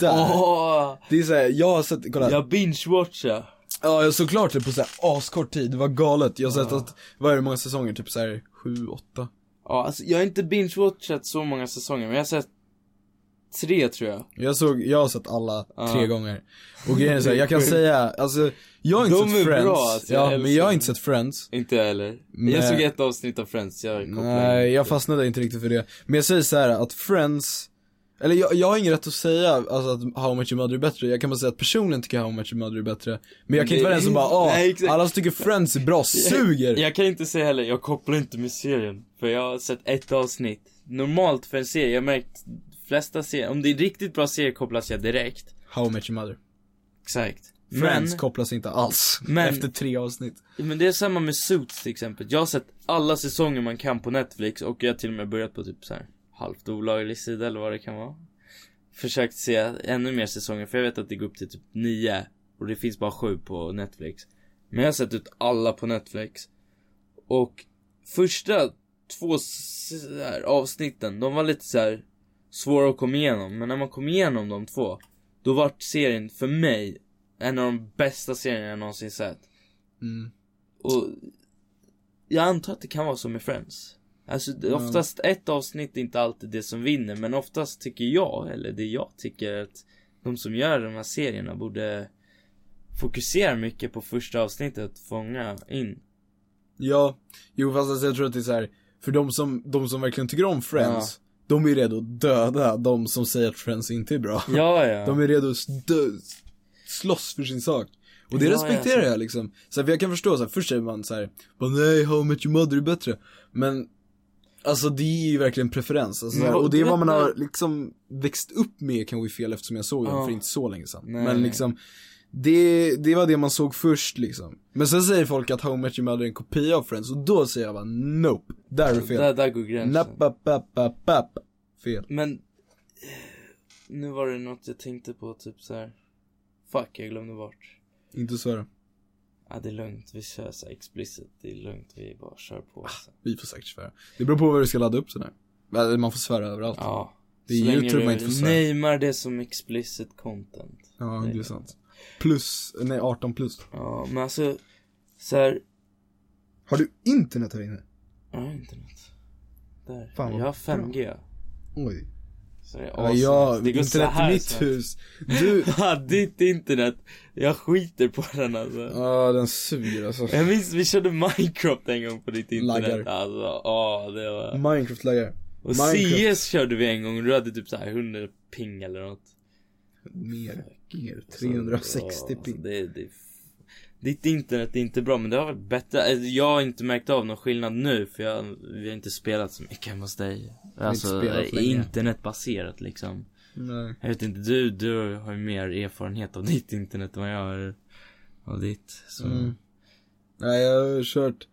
Speaker 1: Där!
Speaker 2: Åh!
Speaker 1: Det är såhär, jag har sett, kolla. Ja,
Speaker 2: jag binge-watchar.
Speaker 1: ja såklart det på såhär askort tid, det var galet. Jag har sett att, vad är det, många säsonger? Typ såhär sju, åtta?
Speaker 2: Ja, alltså, jag har inte binge-watchat så många säsonger, men jag har sett tre tror jag.
Speaker 1: Jag såg, jag har sett alla
Speaker 2: Ja.
Speaker 1: tre gånger. Och grejen är såhär, jag kan säga, alltså, jag har inte
Speaker 2: De
Speaker 1: sett
Speaker 2: är bra,
Speaker 1: Friends.
Speaker 2: alltså, jag
Speaker 1: ja,
Speaker 2: älskar
Speaker 1: men jag har
Speaker 2: dem.
Speaker 1: inte sett Friends.
Speaker 2: Inte jag heller.
Speaker 1: Nej.
Speaker 2: Jag såg ett avsnitt av Friends, jag kopplade
Speaker 1: Nej,
Speaker 2: inte.
Speaker 1: jag fastnade inte riktigt för det. Men jag säger så här att Friends, eller jag, jag har ingen rätt att säga alltså att How I Met Your Mother är bättre, jag kan bara säga att personligen tycker jag How I Met Your Mother är bättre. Men jag kan
Speaker 2: Det-
Speaker 1: inte vara den som bara, ah,
Speaker 2: Nej, exakt.
Speaker 1: alla som tycker Friends är bra suger.
Speaker 2: Jag kan inte säga heller, jag kopplar inte med serien. För jag har sett ett avsnitt. Normalt för en serie, jag har märkt flesta serier, om det är riktigt bra serier kopplas jag direkt.
Speaker 1: How I Met Your Mother.
Speaker 2: Exakt.
Speaker 1: Friends
Speaker 2: Men,
Speaker 1: kopplas inte alls
Speaker 2: Men-
Speaker 1: efter tre avsnitt.
Speaker 2: men det är samma med Suits till exempel. Jag har sett alla säsonger man kan på Netflix och jag har till och med börjat på typ så här halvt olaglig sida eller vad det kan vara. Försökt se ännu mer säsonger för jag vet att det går upp till typ nio och det finns bara sju på Netflix. Men jag har sett ut alla på Netflix. Och första två s- så här, avsnitten, de var lite så här svåra att komma igenom. Men när man kom igenom de två, då vart serien för mig en av de bästa serierna jag någonsin sett.
Speaker 1: Mm.
Speaker 2: Och jag antar att det kan vara som med Friends. Alltså det-
Speaker 1: Ja.
Speaker 2: oftast ett avsnitt är inte alltid det som vinner men oftast tycker jag, eller det jag tycker att de som gör de här serierna borde fokusera mycket på första avsnittet, fånga in.
Speaker 1: Ja, jo fast alltså, jag tror att det är så här. för de som, de som verkligen tycker om Friends, de är redo att döda de som säger att Friends inte är bra.
Speaker 2: Ja, ja.
Speaker 1: De är redo att dö, slåss för sin sak. Och det
Speaker 2: Ja,
Speaker 1: respekterar jag liksom. Så här, för jag kan förstå, så här, först säger man så här, bara, nej, How I Met Your Mother är bättre. Men, alltså det är ju verkligen preferens. Alltså, så här,
Speaker 2: Men
Speaker 1: och det är
Speaker 2: du
Speaker 1: vad man
Speaker 2: vet
Speaker 1: har
Speaker 2: när-
Speaker 1: liksom växt upp med kan vara fel eftersom jag såg den
Speaker 2: Ja.
Speaker 1: för inte så länge sedan.
Speaker 2: Nej,
Speaker 1: Men
Speaker 2: nej.
Speaker 1: liksom, det, det var det man såg först liksom. Men sen säger folk att How I Met Your Mother är en kopia av Friends och då säger jag bara nope, där är du fel.
Speaker 2: Alltså, Där, där går gränsen.
Speaker 1: Napp, app, app, app, app. Fel.
Speaker 2: Men eh, nu var det något jag tänkte på typ så här. Fuck, jag glömde bort.
Speaker 1: Inte så här.
Speaker 2: Ja, det är lugnt. Vi kör så här explicit. Det är lugnt. Vi bara kör på. Så.
Speaker 1: Vi får säkert svära. Det beror på vad du ska ladda upp sådär. Eller man får svära överallt. Ja,
Speaker 2: Ja.
Speaker 1: Det är
Speaker 2: så länge
Speaker 1: YouTube man
Speaker 2: du
Speaker 1: inte får säga.
Speaker 2: namar det som explicit content.
Speaker 1: det är sant. Plus, nej 18 plus.
Speaker 2: Ja, men alltså så här,
Speaker 1: Har du internet här inne?
Speaker 2: jag har internet. Där.
Speaker 1: Fan, vad
Speaker 2: jag har 5G.
Speaker 1: Oj.
Speaker 2: Så det är
Speaker 1: Ja,
Speaker 2: awesome.
Speaker 1: ja
Speaker 2: det går så
Speaker 1: internet
Speaker 2: här
Speaker 1: i mitt
Speaker 2: snabbt.
Speaker 1: hus. Du.
Speaker 2: Ja, ditt internet. Jag skiter på den alltså.
Speaker 1: Ja, den suger alltså.
Speaker 2: Jag minns vi körde Minecraft en gång på ditt internet.
Speaker 1: Laggar.
Speaker 2: Alltså, ja det var.
Speaker 1: Minecraft laggar.
Speaker 2: Och
Speaker 1: Minecraft.
Speaker 2: CS körde vi en gång, du hade typ så här 100 ping eller något.
Speaker 1: Mer. Mer.
Speaker 2: Så-
Speaker 1: 360
Speaker 2: ja,
Speaker 1: ping.
Speaker 2: alltså, det, det, ditt internet är inte bra men det har varit bättre. Alltså, Jag har inte märkt av någon skillnad nu för jag, vi har inte spelat så mycket hemma hos dig.
Speaker 1: har
Speaker 2: Alltså
Speaker 1: inte spelat
Speaker 2: eh,
Speaker 1: länge.
Speaker 2: internetbaserat liksom.
Speaker 1: Nej.
Speaker 2: Jag vet inte, du, du har ju mer erfarenhet av ditt internet än vad jag har av ditt. Så.
Speaker 1: Mm. Nej, jag har kört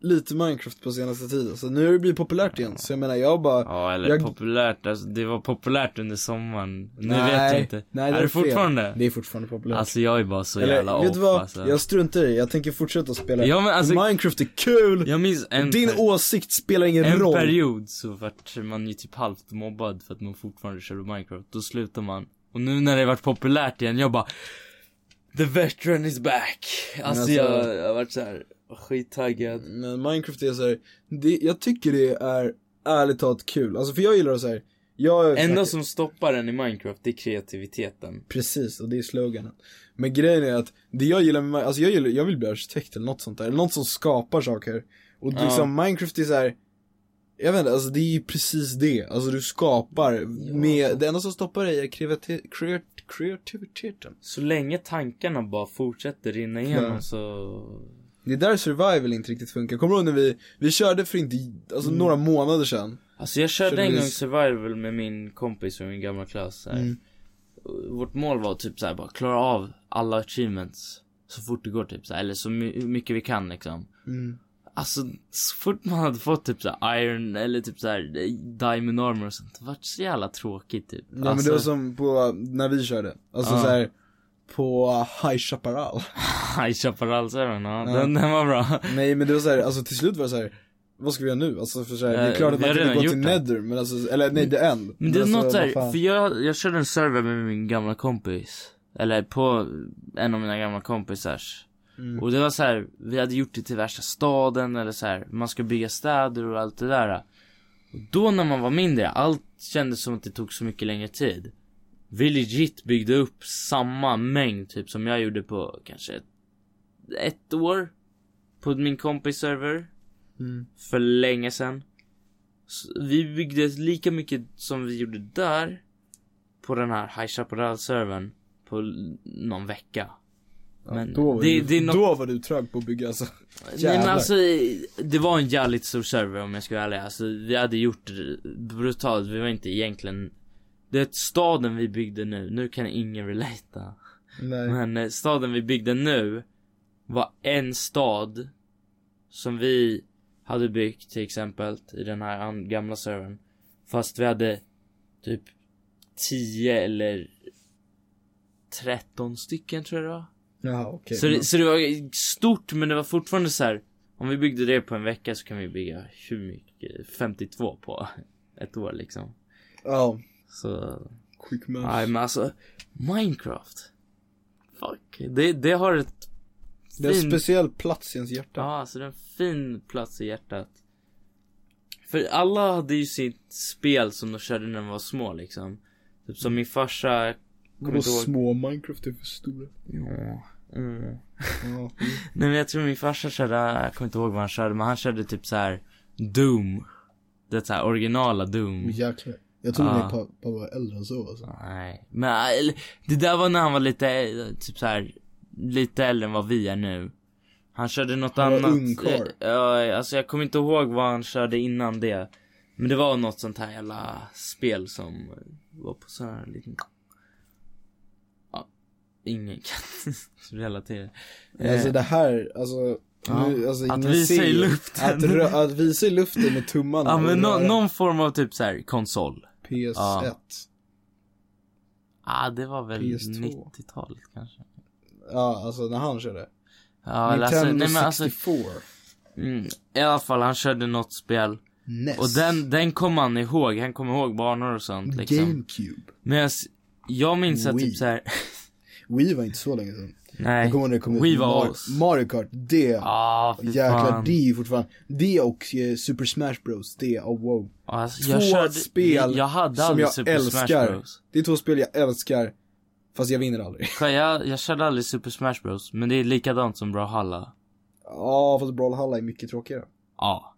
Speaker 1: lite Minecraft på senaste tiden. Alltså, nu har det blivit populärt igen. Så jag menar, jag bara.
Speaker 2: Ja eller
Speaker 1: Jag-
Speaker 2: populärt, alltså, det var populärt under sommaren. Nu
Speaker 1: Nej,
Speaker 2: vet jag inte.
Speaker 1: nej,
Speaker 2: är
Speaker 1: det
Speaker 2: det
Speaker 1: är fel.
Speaker 2: fortfarande?
Speaker 1: Det är fortfarande populärt.
Speaker 2: Alltså jag är bara så jävla
Speaker 1: Eller, vet
Speaker 2: off
Speaker 1: du vad?
Speaker 2: alltså.
Speaker 1: Jag struntar i det. Jag tänker fortsätta spela.
Speaker 2: Ja, men alltså-
Speaker 1: Minecraft är kul.
Speaker 2: Jag minns en,
Speaker 1: Din
Speaker 2: per-
Speaker 1: åsikt spelar ingen
Speaker 2: en
Speaker 1: roll.
Speaker 2: period så vart man ju typ halvt mobbad för att man fortfarande körde Minecraft. Då slutar man. Och nu när det varit populärt igen, jag bara The veteran is back. Alltså,
Speaker 1: alltså-
Speaker 2: jag, jag har varit såhär skittaggad.
Speaker 1: Men Minecraft är så här, det, jag tycker det är ärligt talat kul. Alltså för jag gillar det så här. Jag är
Speaker 2: Enda som stoppar en i Minecraft, det är kreativiteten.
Speaker 1: Precis, och det är sloganen. Men grejen är att det jag gillar med Min- alltså jag, gillar, jag vill bli arkitekt eller något sånt där. Eller någon som skapar saker. Och
Speaker 2: Ja.
Speaker 1: liksom Minecraft är så här. Jag vet inte, alltså det är ju precis det. Alltså du skapar
Speaker 2: alltså.
Speaker 1: med, det enda som stoppar dig är kreati- kreat- kreativiteten.
Speaker 2: Så länge tankarna bara fortsätter rinna igenom
Speaker 1: Ja.
Speaker 2: så...
Speaker 1: Det är där survival inte riktigt funkar. Kommer du ihåg när vi, vi körde för inte, alltså
Speaker 2: Mm.
Speaker 1: några månader sedan.
Speaker 2: Alltså jag körde
Speaker 1: Körde
Speaker 2: en
Speaker 1: ni-
Speaker 2: gång survival med min kompis från min gamla klass så här.
Speaker 1: Mm.
Speaker 2: Och Vårt mål var typ såhär bara klara av alla achievements Så fort det går typ så här, eller så my- mycket vi kan liksom
Speaker 1: Mm.
Speaker 2: Alltså så fort man hade fått typ såhär iron eller typ såhär diamond armor och sånt Det vart så jävla tråkigt typ
Speaker 1: Ja men det var som på, när vi körde. Alltså
Speaker 2: Ja.
Speaker 1: så här på High Chaparral.
Speaker 2: High Chaparral så är den, ja,
Speaker 1: Ja.
Speaker 2: Den, den var bra
Speaker 1: Nej men det var såhär, alltså till slut var det såhär Vad ska vi göra nu? Alltså för såhär, det är
Speaker 2: Eh,
Speaker 1: klart att
Speaker 2: vi
Speaker 1: man
Speaker 2: har
Speaker 1: inte
Speaker 2: redan
Speaker 1: gå till
Speaker 2: gjort det.
Speaker 1: Nether men alltså, eller nej The End
Speaker 2: Men det är
Speaker 1: alltså,
Speaker 2: något
Speaker 1: vad
Speaker 2: såhär,
Speaker 1: fan.
Speaker 2: för jag, jag körde en server med min gamla kompis. Eller på en av mina gamla kompisars.
Speaker 1: Mm.
Speaker 2: Och det var så här, vi hade gjort det till värsta staden eller så här, man ska bygga städer och allt det där. Och då när man var mindre, allt kändes som att det tog så mycket längre tid. Vi legit byggde upp samma mängd typ som jag gjorde på kanske ett, ett år. På min kompis server
Speaker 1: Mm.
Speaker 2: för länge sedan. Så Vi byggde lika mycket som vi gjorde där på den här High Chaparral-servern på l- någon vecka. Men
Speaker 1: ja, då, var
Speaker 2: det-
Speaker 1: du,
Speaker 2: det är något-
Speaker 1: då var du trög på att bygga alltså
Speaker 2: Nej
Speaker 1: Jävlar.
Speaker 2: men alltså, det var en jävligt stor server om jag ska vara ärlig. Alltså, vi hade gjort det brutalt, vi var inte egentligen... Det är staden vi byggde nu, nu kan ingen relata.
Speaker 1: Nej,
Speaker 2: Men eh, staden vi byggde nu var en stad som vi hade byggt till exempel i den här an- gamla servern. Fast vi hade typ 10 eller 13 stycken tror jag det var.
Speaker 1: jaha okej
Speaker 2: Så det, så det var stort men det var fortfarande så här. Om vi byggde det på en vecka så kan vi bygga hur mycket? 52 på ett år liksom.
Speaker 1: Ja,
Speaker 2: Så
Speaker 1: quick man
Speaker 2: Nej men alltså, Minecraft. Fuck. Det, det har ett
Speaker 1: Det är en
Speaker 2: fint-
Speaker 1: speciell plats i ens hjärta
Speaker 2: Ja, alltså det är en fin plats i hjärtat. För alla hade ju sitt spel som de körde när de var små liksom. Typ som min farsa, kommer
Speaker 1: Vadå
Speaker 2: inte ihåg.
Speaker 1: små Minecraft är för stora
Speaker 2: Ja. Mm.
Speaker 1: Ja,
Speaker 2: Nej men jag tror min farsa körde, jag kommer inte ihåg vad han körde, men han körde typ så här Doom. Det så här originala Doom.
Speaker 1: jäklar Jag
Speaker 2: trodde Mm. Ah. min
Speaker 1: pappa var äldre än så alltså
Speaker 2: Nej, men äh, eller, det där var när han var lite, eh, typ så här lite äldre än vad vi är nu. Han körde något
Speaker 1: Han var
Speaker 2: annat.
Speaker 1: ung karl.
Speaker 2: Eh, Ja, alltså jag kommer inte ihåg vad han körde innan det. Men det var något sånt här jävla spel som eh, var på sån här liten... Ja, ingen kan relatera. Eh,
Speaker 1: Alltså det här, alltså
Speaker 2: Ja.
Speaker 1: nu, alltså,
Speaker 2: Att
Speaker 1: ingen
Speaker 2: visa i
Speaker 1: ser ju.
Speaker 2: luften.
Speaker 1: Att, rö- att visa i luften med tummarna
Speaker 2: ja
Speaker 1: och
Speaker 2: men nå-
Speaker 1: röra.
Speaker 2: någon form av typ så här konsol.
Speaker 1: PS1
Speaker 2: Ja. ah, det var väl
Speaker 1: PS2.
Speaker 2: 90-talet kanske.
Speaker 1: Ja, alltså när han körde.
Speaker 2: Ja, eller alltså,
Speaker 1: Nintendo
Speaker 2: nej, men alltså,
Speaker 1: 64.
Speaker 2: mm, I alla fall han körde något spel.
Speaker 1: NES.
Speaker 2: Och den, den kom han ihåg, han kom ihåg banor och sånt liksom.
Speaker 1: GameCube.
Speaker 2: Men jag, s- jag minns att
Speaker 1: Wii.
Speaker 2: typ såhär,
Speaker 1: Wii var inte så länge sedan.
Speaker 2: Nej.
Speaker 1: Jag kommer ihåg när det kom ut
Speaker 2: Wii var
Speaker 1: Mar-
Speaker 2: oss.
Speaker 1: Mario Kart, det.
Speaker 2: Ah, fy
Speaker 1: Jäklar,
Speaker 2: fan.
Speaker 1: det är ju fortfarande, det och eh, Super Smash Bros, det, oh, wow.
Speaker 2: Alltså,
Speaker 1: Två
Speaker 2: jag körde,
Speaker 1: spel
Speaker 2: jag hade
Speaker 1: som
Speaker 2: aldrig
Speaker 1: jag
Speaker 2: Super
Speaker 1: älskar.
Speaker 2: Smash Bros.
Speaker 1: Det är två spel jag älskar, fast jag vinner aldrig.
Speaker 2: Jag, jag körde aldrig Super Smash Bros. Men det är likadant som Brawlhalla.
Speaker 1: Ja, fast Brawlhalla är mycket tråkigare.
Speaker 2: Ja.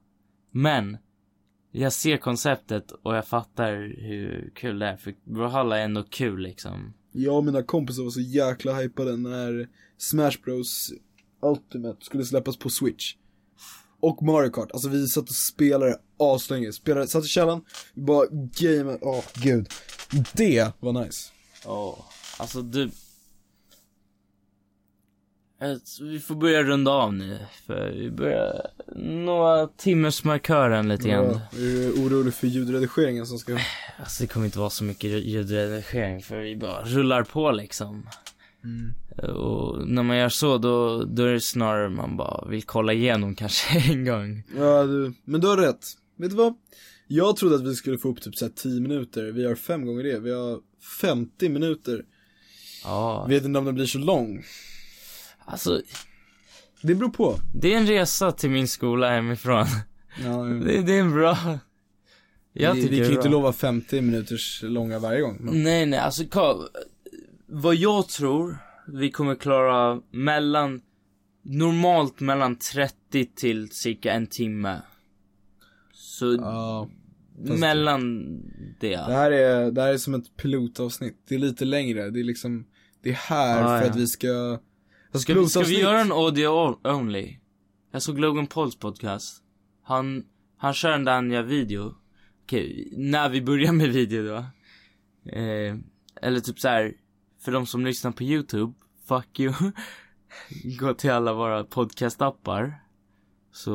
Speaker 2: Men. Jag ser konceptet och jag fattar hur kul det är. För Brawlhalla är ändå kul liksom.
Speaker 1: Jag och mina kompisar var så jäkla hypade när Smash Bros Ultimate skulle släppas på Switch. Och Mario Kart, alltså vi satt och spelade aslänge. Spelade, satt i källaren, bara gameade, åh gud. Det var nice.
Speaker 2: Ja. Alltså du. Ett- Vi får börja runda av nu. För vi börjar nå timmersmarkören lite grann.
Speaker 1: Ja, är du orolig för ljudredigeringen som ska...
Speaker 2: Alltså det kommer inte vara så mycket ljudredigering för vi bara rullar på liksom. Och när man gör så då, då är det snarare man bara vill kolla igenom kanske en gång.
Speaker 1: Ja, du, men du har rätt. Vet du vad? Jag trodde att vi skulle få upp typ såhär 10 minuter, vi har fem gånger det, vi har 50 minuter.
Speaker 2: Ja,
Speaker 1: Vet inte om den blir så lång.
Speaker 2: alltså
Speaker 1: Det beror på.
Speaker 2: det är en resa till min skola hemifrån.
Speaker 1: Ja,
Speaker 2: Det, det är en bra... Jag
Speaker 1: vi,
Speaker 2: tycker
Speaker 1: vi kan
Speaker 2: det
Speaker 1: ju
Speaker 2: är
Speaker 1: inte
Speaker 2: bra.
Speaker 1: lova 50 minuters långa varje gång. Men...
Speaker 2: Nej, nej, alltså Carl, Vad jag tror vi kommer klara mellan, normalt mellan 30 till cirka en timme. Så
Speaker 1: Ja, fast
Speaker 2: mellan det.
Speaker 1: det här, är, det här är som ett pilotavsnitt. Det är lite längre, det är liksom, det är här
Speaker 2: Ja,
Speaker 1: för
Speaker 2: Ah, ja.
Speaker 1: att vi ska... Fast
Speaker 2: Ska vi, ska vi göra en audio only? Jag såg Logan Pauls podcast. Han, han kör en där han gör video. Okej, när vi börjar med video då. Eh, eller typ så här. för de som lyssnar på YouTube, fuck you. Gå till alla våra podcastappar. Så,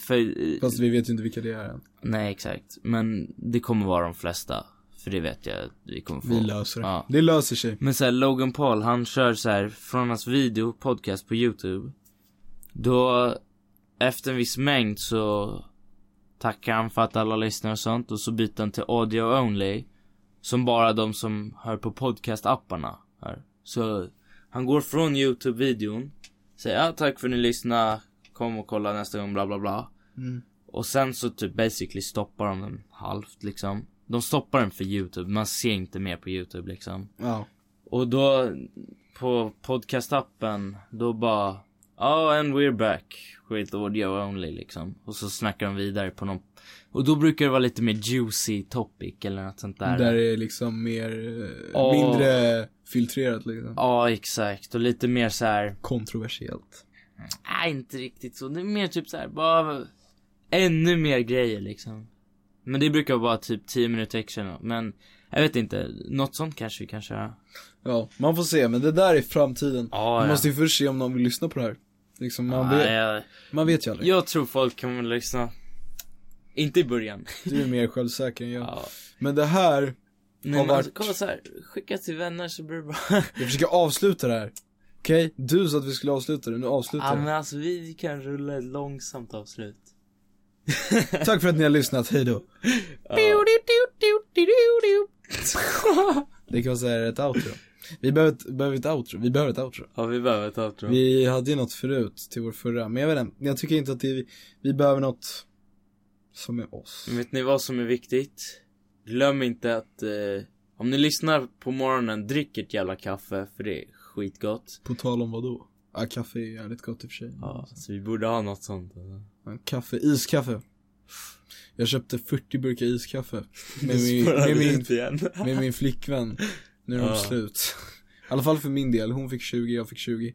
Speaker 2: för... eh,
Speaker 1: Fast vi vet ju inte vilka det är än.
Speaker 2: Nej exakt, men det kommer vara de flesta. För det vet jag att vi kommer få.
Speaker 1: Vi löser det.
Speaker 2: Ja.
Speaker 1: Det löser sig.
Speaker 2: Men såhär Logan Paul, han kör så här från hans video, podcast på youtube. Då, efter en viss mängd så tackar han för att alla lyssnar och sånt och så byter han till audio only. Som bara de som hör på podcastapparna hör. Så han går från youtube-videon, säger ja, tack för att ni lyssnade, kom och kolla nästa gång bla bla bla.
Speaker 1: Mm.
Speaker 2: Och sen så typ basically stoppar de den halvt liksom. De stoppar den för youtube, man ser inte mer på youtube liksom.
Speaker 1: Ja.
Speaker 2: Och då på podcastappen, då bara Ja, and we're back. With audio only liksom. Och så snackar de vidare på någon... Och då brukar det vara lite mer juicy topic eller något sånt där.
Speaker 1: Där är liksom mer, eh,
Speaker 2: Ja.
Speaker 1: mindre filtrerat liksom.
Speaker 2: Ja, exakt. Och lite mer så här.
Speaker 1: Kontroversiellt.
Speaker 2: Nej, inte riktigt så. Det är mer typ så här, bara... Ännu mer grejer liksom. Men det brukar vara typ 10 minuter extra. Men jag vet inte. Något sånt kanske vi kan köra.
Speaker 1: Ja, man får se, men det där är framtiden.
Speaker 2: Ja,
Speaker 1: Man
Speaker 2: ja.
Speaker 1: måste ju först se om någon vill lyssna på det här. Liksom, man,
Speaker 2: Ja,
Speaker 1: vet,
Speaker 2: jag,
Speaker 1: man vet ju aldrig.
Speaker 2: jag tror folk kommer lyssna. Inte i början.
Speaker 1: Du är mer självsäker än jag.
Speaker 2: Ja.
Speaker 1: Men det här,
Speaker 2: Nej,
Speaker 1: Har
Speaker 2: men alltså,
Speaker 1: varit-
Speaker 2: kolla så här. skicka till vänner så blir det bra.
Speaker 1: jag försöker avsluta det här. Okej? Du sa att vi skulle avsluta det, nu avslutar
Speaker 2: ja
Speaker 1: jag.
Speaker 2: men alltså vi kan rulla ett långsamt avslut.
Speaker 1: Tack för att ni har lyssnat, hejdå. Det kan vara så här ett outro. Vi behöver ett, behöver ett outro, vi behöver ett outro.
Speaker 2: Ja vi behöver ett outro.
Speaker 1: Vi hade ju något förut till vår förra, men jag vet inte, jag tycker inte att det, vi behöver något som är oss.
Speaker 2: Vet ni vad som är viktigt? Glöm inte att eh, om ni lyssnar på morgonen, drick ett jävla kaffe för det är skitgott.
Speaker 1: På tal om vad då? Ja, kaffe är ju jävligt gott i och för sig.
Speaker 2: Ja, så vi borde ha något sånt. alltså.
Speaker 1: Men Kaffe, iskaffe. Jag köpte 40 burkar iskaffe. Med
Speaker 2: Nu
Speaker 1: min,
Speaker 2: spårar
Speaker 1: med
Speaker 2: vi
Speaker 1: min,
Speaker 2: ut igen.
Speaker 1: med min flickvän. Nu är de
Speaker 2: Ja.
Speaker 1: slut. I alla fall för min del, hon fick 20, jag fick 20.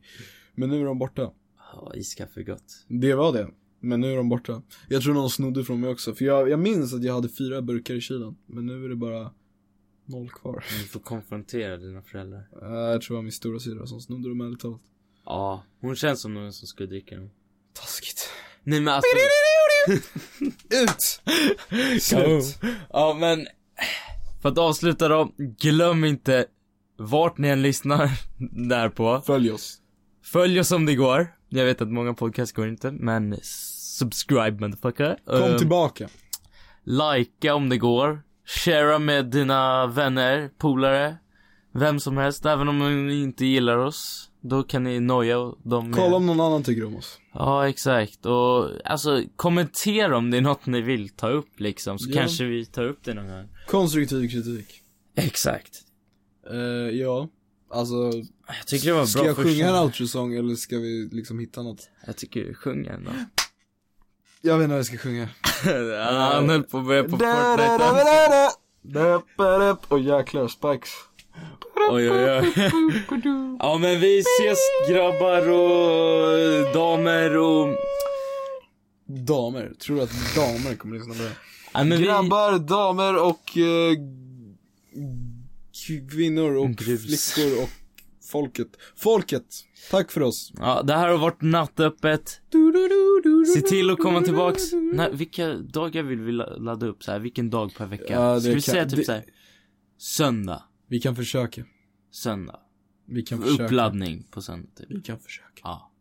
Speaker 1: Men nu är de borta.
Speaker 2: Ja, iskaffe är gott.
Speaker 1: Det var det. Men nu är de borta. Jag tror någon snodde från mig också. För jag, jag minns att jag hade fyra burkar i kylen. Men nu är det bara noll kvar.
Speaker 2: Du får konfrontera dina föräldrar.
Speaker 1: Eh, jag tror det var min stora syra som snodde dem ärligt talat.
Speaker 2: Ja, hon känns som någon som skulle dricka dem.
Speaker 1: Taskigt.
Speaker 2: Nej men alltså.
Speaker 1: Ut!
Speaker 2: Slut. Ja men, för att avsluta då, glöm inte vart ni än lyssnar där på.
Speaker 1: Följ oss.
Speaker 2: Följ oss om det går. Jag vet att många podcasts går inte, men subscribe motherfucker.
Speaker 1: Kom
Speaker 2: Eh,
Speaker 1: tillbaka.
Speaker 2: Likea om det går. Sharea med dina vänner, polare. Vem som helst, även om ni inte gillar oss. Då kan ni noja och de med.
Speaker 1: Kolla om någon annan tycker om oss.
Speaker 2: Ja, exakt. Och alltså, kommentera om det är något ni vill ta upp liksom. Så
Speaker 1: Ja.
Speaker 2: kanske vi tar upp det någon gång.
Speaker 1: Konstruktiv kritik.
Speaker 2: Exakt.
Speaker 1: Eh, ja. Alltså,
Speaker 2: Jag tycker det var bra
Speaker 1: ska jag
Speaker 2: förslag.
Speaker 1: sjunga en outro-sång eller ska vi liksom hitta något?
Speaker 2: Jag tycker sjung en då.
Speaker 1: Jag vet inte vad jag ska sjunga.
Speaker 2: Han höll på att börja på Fortnite.
Speaker 1: Och jäklar, spikes.
Speaker 2: Oj, oj, oj. Ja, men vi ses grabbar och damer och...
Speaker 1: Damer, tror du att damer kommer lyssna på det?
Speaker 2: Ja, men vi...
Speaker 1: Grabbar, damer och eh, k- kvinnor och
Speaker 2: Brus.
Speaker 1: flickor och folket. Folket! Tack för oss.
Speaker 2: Ja, det här har varit nattöppet. Se till att komma tillbaks. Nej, vilka dagar vill vi la- ladda upp så här? Vilken dag per vecka?
Speaker 1: Ja, det
Speaker 2: Ska vi
Speaker 1: kan-
Speaker 2: säga typ
Speaker 1: det-
Speaker 2: så här? Söndag.
Speaker 1: Vi kan försöka.
Speaker 2: Söndag.
Speaker 1: Vi kan försöka.
Speaker 2: Uppladdning på söndag typ.
Speaker 1: Vi kan försöka.
Speaker 2: Ja.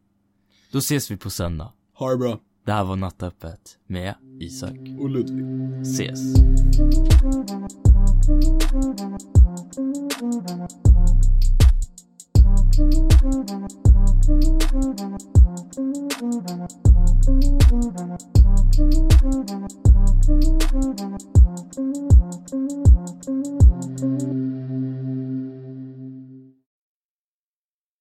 Speaker 2: Då ses vi på söndag.
Speaker 1: Ha det bra.
Speaker 2: Det här var nattöppet med Isak.
Speaker 1: Och Ludvig.
Speaker 2: Ses.